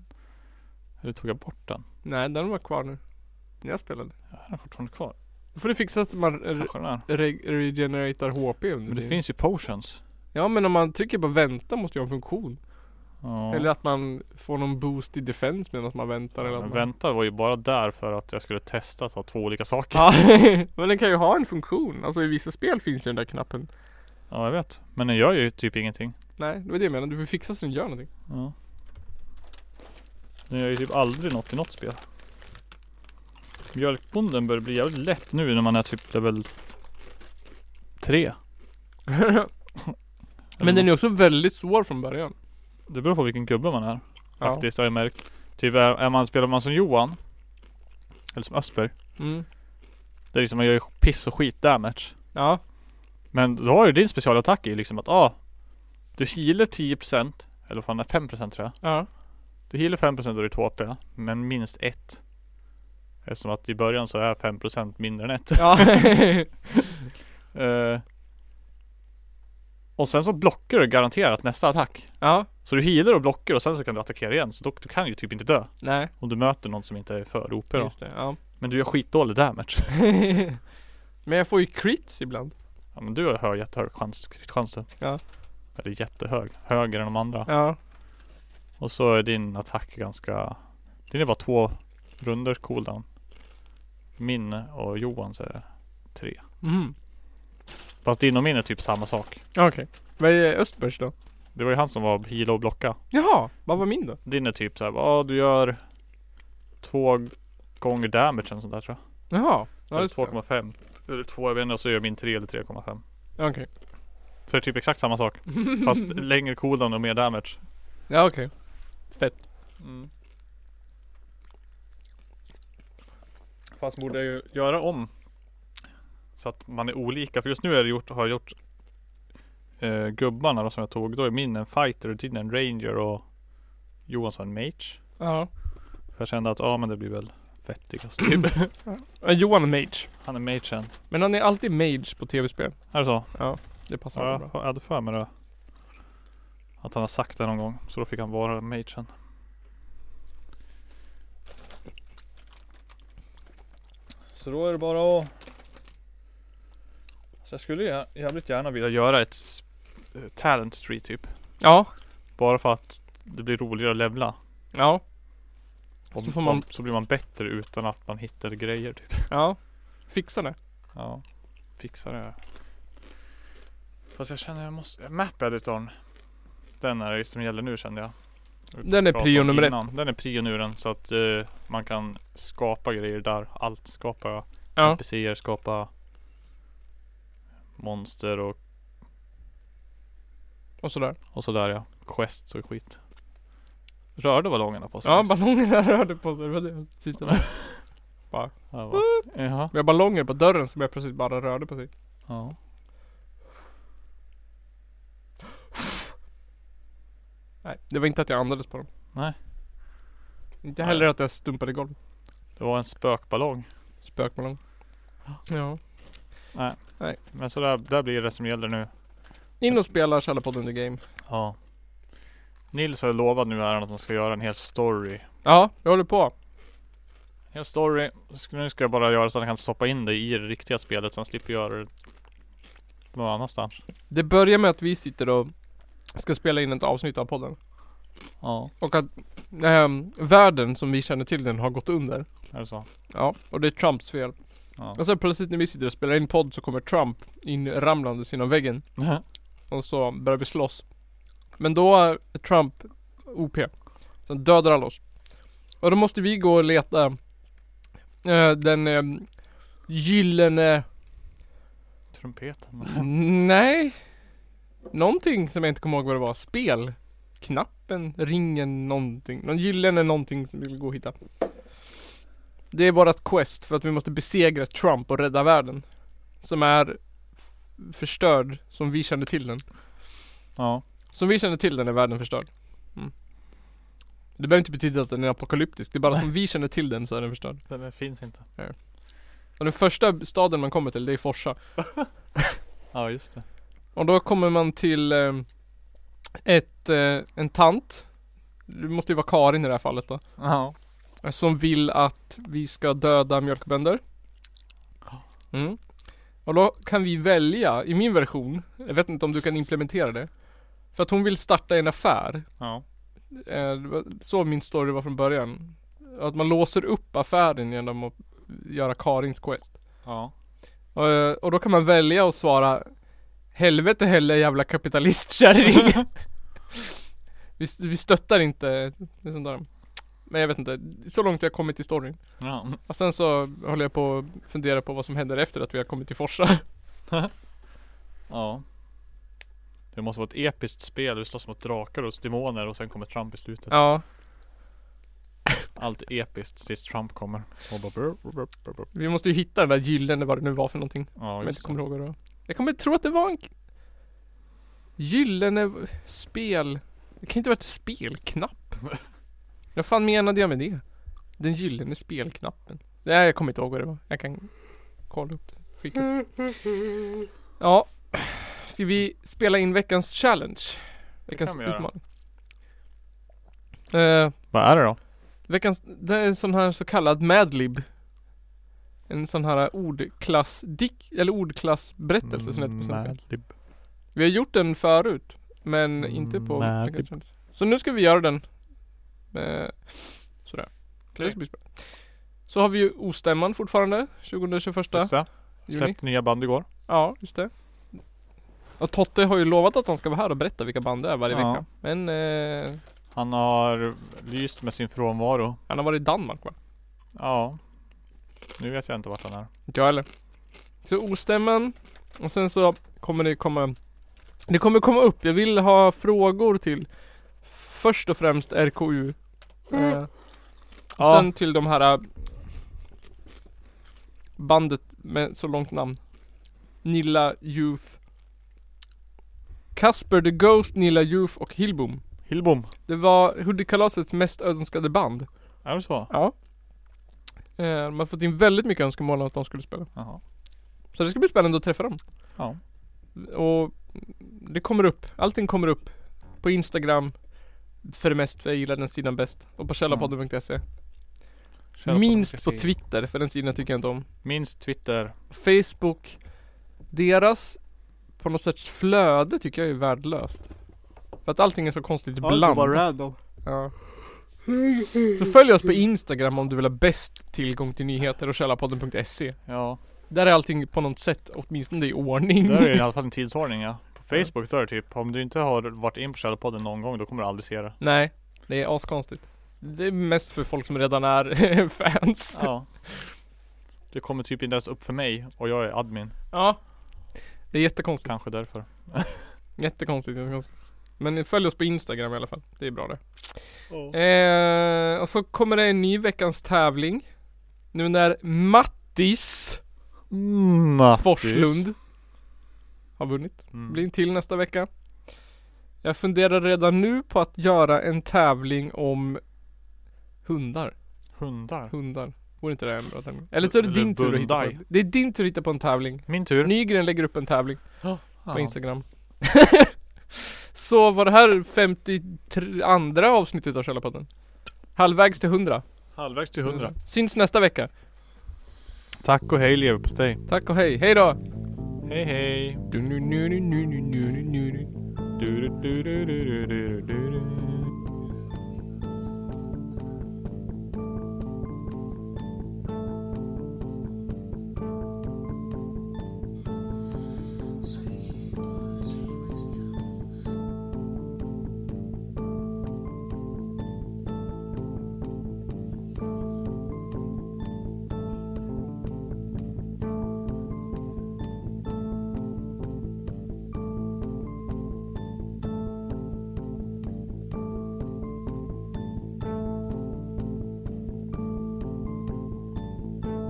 Speaker 2: Eller tog jag bort den?
Speaker 1: Nej, den var kvar nu. När jag spelade.
Speaker 2: Ja, den är fortfarande kvar
Speaker 1: Då får det fixas att man re-
Speaker 2: Kanske den är
Speaker 1: re- regeneratar HP under
Speaker 2: Men det
Speaker 1: tiden.
Speaker 2: finns ju potions.
Speaker 1: Ja men om man trycker på vänta måste jag ha en funktion.
Speaker 2: Ja.
Speaker 1: Eller att man får någon boost i defense medan att man väntar eller att
Speaker 2: Men
Speaker 1: man...
Speaker 2: vänta var ju bara där för att jag skulle testa att ha två olika saker.
Speaker 1: Ja, men den kan ju ha en funktion. Alltså i vissa spel finns ju den där knappen.
Speaker 2: Ja, jag vet. Men den gör ju typ ingenting.
Speaker 1: Nej, det var det jag menade. Du får fixa så den gör någonting.
Speaker 2: Ja. Den gör ju typ aldrig något i något spel. Mjölkbonden börjar bli jävligt lätt nu när man är typ level 3.
Speaker 1: men den är också väldigt svår från början.
Speaker 2: Det beror på vilken gubbe man är.
Speaker 1: Ja.
Speaker 2: Faktiskt har jag märkt. Typ är, är man, spelar man som Johan. Eller som Östberg.
Speaker 1: Mm.
Speaker 2: Det är liksom man gör ju piss och skit damage.
Speaker 1: Ja.
Speaker 2: Men då har ju din specialattack är ju liksom att ah, Du healar 10% Eller vad fan är 5% tror jag
Speaker 1: Ja.
Speaker 2: Du healar 5% och det är 2 AP Men minst 1 Eftersom att i början så är 5% mindre än 1
Speaker 1: Ja.
Speaker 2: Eh, Och sen så blockar du garanterat nästa attack
Speaker 1: ja.
Speaker 2: Så du healar och blockar och sen så kan du attackera igen Så då, du kan ju typ inte dö
Speaker 1: Nej.
Speaker 2: Om du möter någon som inte är för OP då
Speaker 1: Just det. Ja.
Speaker 2: Men du gör skitdålig damage
Speaker 1: men jag får ju crits ibland.
Speaker 2: Ja men du har hö- jättehög chans, chanser
Speaker 1: Ja.
Speaker 2: Eller jättehög, högre än de andra
Speaker 1: Ja.
Speaker 2: Och så är din attack ganska Din är bara två runder cooldown Min och Johans är tre
Speaker 1: Mm.
Speaker 2: Fast din och min är typ samma sak
Speaker 1: Okej. Vad är Östbergs då?
Speaker 2: Det var ju han som var heala och blocka
Speaker 1: Jaha, vad var min då?
Speaker 2: Din är typ såhär, ja du gör Två gånger damage eller sånt där tror jag
Speaker 1: Jaha. Ja,
Speaker 2: Eller
Speaker 1: just det.
Speaker 2: 2,5 Eller två, jag vet inte, och så gör min 3 eller 3,5
Speaker 1: Okej.
Speaker 2: Så det är typ exakt samma sak Fast längre cooldown och mer damage
Speaker 1: Ja okej. Fett.
Speaker 2: Mm. Fast borde jag ju göra om Så att man är olika, för just nu är det gjort, har jag gjort eh, Gubbarna då som jag tog, då är min en fighter och din en ranger och Johans var en mage
Speaker 1: Ja.
Speaker 2: För jag kände att, ja men det blir väl vettigast typ
Speaker 1: Ja, Johan är mage.
Speaker 2: Han är magen
Speaker 1: Men han är alltid mage på tv-spel.
Speaker 2: Är det så?
Speaker 1: Ja. Det passar
Speaker 2: Ja,
Speaker 1: honom bra.
Speaker 2: jag hade för mig det Att han har sagt det någon gång, så då fick han vara magen Så då är det bara att Så jag skulle jä- jävligt gärna vilja göra ett s- eh, talent tree typ
Speaker 1: Ja.
Speaker 2: Bara för att det blir roligare att levla
Speaker 1: Ja.
Speaker 2: och,
Speaker 1: Så får man-
Speaker 2: och så blir man bättre utan att man hittar grejer typ
Speaker 1: Ja, fixa det.
Speaker 2: Ja Fixa det Fast jag känner jag måste... Map editorn. Den är det som gäller nu kände jag. Vi
Speaker 1: Den är
Speaker 2: pratade
Speaker 1: prio
Speaker 2: om
Speaker 1: nummer ett.
Speaker 2: innan. Den är prio nu den. Så att eh, man kan skapa grejer där. Allt. Skapa
Speaker 1: Ja.
Speaker 2: NPCer, skapa monster och,
Speaker 1: Och sådär.
Speaker 2: och sådär ja. Quests och skit. Rörde ballongerna på sig?
Speaker 1: Ja, ballongerna rörde på sig. Det var det jag tittade på.
Speaker 2: Ja, va. Jaha.
Speaker 1: Vi har ballonger på dörren som jag precis bara rörde på sig.
Speaker 2: Ja.
Speaker 1: Nej, det var inte att jag andades på dem.
Speaker 2: Nej.
Speaker 1: Inte
Speaker 2: Nej.
Speaker 1: heller att jag stumpade i golvet.
Speaker 2: Det var en spökballong.
Speaker 1: Spökballong. Ja.
Speaker 2: Men så där, där blir det som gäller nu.
Speaker 1: In och spela Källarpodden The Game.
Speaker 2: Ja. Nils har lovat nu här att han ska göra en hel story.
Speaker 1: Ja, jag håller på.
Speaker 2: En hel story. Så Nu ska jag bara göra så att han kan stoppa in det i det riktiga spelet så han slipper göra det någon annanstans.
Speaker 1: Det börjar med att vi sitter och ska spela in ett avsnitt av podden.
Speaker 2: Ja.
Speaker 1: Och att ehm, världen som vi känner till den har gått under.
Speaker 2: Är det så?
Speaker 1: Ja, och det är Trumps fel.
Speaker 2: Ja.
Speaker 1: Och sen plötsligt när vi sitter och spelar in podd så kommer Trump in ramlandes genom väggen. Och så börjar vi slåss. Men då är Trump OP. Sen dödar alla oss. Och då måste vi gå och leta eh, den eh, gyllene...
Speaker 2: Trumpeten.
Speaker 1: Mm, Nej. Någonting som jag inte kommer ihåg vad det var. Spel. Knappen, ringen, någonting. Någon gyllene någonting som vi vill gå och hitta. Det är vårat quest för att vi måste besegra Trump och rädda världen. Som är f- förstörd, som vi känner till den.
Speaker 2: Ja.
Speaker 1: Som vi känner till den är världen förstörd. Mm. Det behöver inte betyda att den är apokalyptisk. Det är bara som vi känner till den så är den förstörd.
Speaker 2: Den finns inte.
Speaker 1: Och den första staden man kommer till det är Forsa.
Speaker 2: Ja just det.
Speaker 1: Och då kommer man till eh, ett, eh, en tant. Det måste ju vara Karin i det här fallet då. Eh,
Speaker 2: Ja.
Speaker 1: Som vill att vi ska döda mjölkbönder. Mm. Och då kan vi välja, i min version, jag vet inte om du kan implementera det. För att hon vill starta en affär.
Speaker 2: Ja.
Speaker 1: Eh, det var så min story var från början. Att man låser upp affären genom att göra Karins quest.
Speaker 2: Ja.
Speaker 1: Och, eh, och då kan man välja att svara Helvete heller jävla kapitalistkärring. vi, vi stöttar inte det sånt där. Men jag vet inte, så långt jag kommit i storyn.
Speaker 2: Ja.
Speaker 1: Och sen så håller jag på att fundera på vad som händer efter att vi har kommit till Forsa.
Speaker 2: ja. Det måste vara ett episkt spel. Du slåss mot drakar och demoner och sen kommer Trump i slutet.
Speaker 1: ja,
Speaker 2: Allt episkt tills Trump kommer. Och bara brr, brr, brr, brr.
Speaker 1: vi måste ju hitta den där gyllene, vad det nu var för någonting.
Speaker 2: Ja,
Speaker 1: Om jag inte
Speaker 2: just
Speaker 1: kommer
Speaker 2: det.
Speaker 1: ihåg vad det var. Jag kommer tro att det var en k- gyllene v- spel. Det kan inte ha varit spelknapp. Vad fan menade jag med det? Den gyllene spelknappen. Nej, jag kommer inte ihåg vad det var. Jag kan kolla upp det. Skicka. Ja. Ska vi spela in veckans challenge? Veckans
Speaker 2: kan vi göra.
Speaker 1: utmaning. Eh,
Speaker 2: Vad är det då?
Speaker 1: Veckans, det är en sån här så kallad madlib. En sån här ordklass, dick, eller ordklassberättelse som det heter på
Speaker 2: Mm,
Speaker 1: svenska.
Speaker 2: Madlib.
Speaker 1: Vi har gjort den förut, men inte på
Speaker 2: Madlib.
Speaker 1: veckans challenge. Så nu ska vi göra den. Eh, sådär. Så, det ska bli spännande. så har vi ju ostämman fortfarande, 20-21
Speaker 2: Just det.
Speaker 1: juni.
Speaker 2: Släppte nya band igår.
Speaker 1: Ja, just det. Och Totte har ju lovat att han ska vara här och berätta vilka band det är varje
Speaker 2: Ja.
Speaker 1: vecka. Men eh,
Speaker 2: Han har lyst med sin frånvaro.
Speaker 1: han har varit i Danmark va?
Speaker 2: Ja. Nu vet jag inte vart han är.
Speaker 1: Inte jag heller. Så ostämman. Och sen så kommer det komma Det kommer komma upp. Jag vill ha frågor till Först och främst RKU. Eh, och
Speaker 2: Ja.
Speaker 1: Sen till de här eh, Bandet med så långt namn. Nilla Youth. Casper the Ghost, Nilla Youth och Hillbom.
Speaker 2: Hillbom.
Speaker 1: Det var Hudikalasets mest önskade band.
Speaker 2: Är det så?
Speaker 1: Ja. Eh, man har fått in väldigt mycket önskemål om att de skulle spela.
Speaker 2: Jaha.
Speaker 1: Så det ska bli spännande att träffa dem.
Speaker 2: Ja.
Speaker 1: Och det kommer upp. Allting kommer upp. På Instagram. För det mesta, för jag gillar den sidan bäst. Och på källarpodden.se.
Speaker 2: Källa
Speaker 1: Minst på
Speaker 2: se.
Speaker 1: Twitter, för den sidan tycker jag inte om.
Speaker 2: Minst Twitter.
Speaker 1: Facebook. Deras på något sätt flöde tycker jag är värdelöst. För att allting är så konstigt ibland.
Speaker 5: random.
Speaker 1: Ja. Så följ oss på Instagram om du vill ha bäst tillgång till nyheter och källarpodden.se.
Speaker 2: Ja.
Speaker 1: Där är allting på något sätt åtminstone i ordning.
Speaker 2: Där är det i alla fall en tidsordning ja. På Facebook då är det typ, om du inte har varit in på Källarpodden någon gång då kommer du aldrig se det.
Speaker 1: Nej, det är askonstigt. Det är mest för folk som redan är fans.
Speaker 2: Ja. Det kommer typ inte ens upp för mig och jag är admin.
Speaker 1: Ja. Det är jättekonstigt.
Speaker 2: Kanske därför.
Speaker 1: Jättekonstigt. jättekonstigt. Men följ oss på Instagram i alla fall. Det är bra det. Eh, och så kommer det en ny veckans tävling. Nu när Mattis Mm,
Speaker 2: Mattis.
Speaker 1: Forslund har vunnit. Det
Speaker 2: Mm.
Speaker 1: blir en till nästa vecka. Jag funderar redan nu på att göra en tävling om hundar.
Speaker 2: Hundar.
Speaker 1: Hundar. Vore inte det en bra tävling? Eller så är det
Speaker 2: Eller
Speaker 1: din tur att hitta på.
Speaker 2: Bundai.
Speaker 1: Det är din tur att hitta på en tävling.
Speaker 2: Min tur.
Speaker 1: Nygren lägger upp en tävling
Speaker 2: Ja.
Speaker 1: på Instagram. så var det här 52 avsnittet av Källarpodden. Halvvägs till 100.
Speaker 2: Halvvägs till 100.
Speaker 1: Syns nästa vecka.
Speaker 2: Tack och hej leverpastej.
Speaker 1: Tack och hej. Hej då!
Speaker 2: Hej hej. Du, du, du, du, du, du, du, du.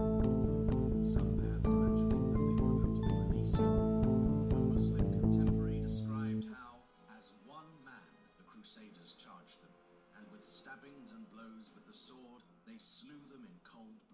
Speaker 5: Some maps mentioned that they were about to be released. One Muslim contemporary described how, as one man, the Crusaders charged them, and with stabbings and blows with the sword, they slew them in cold blood.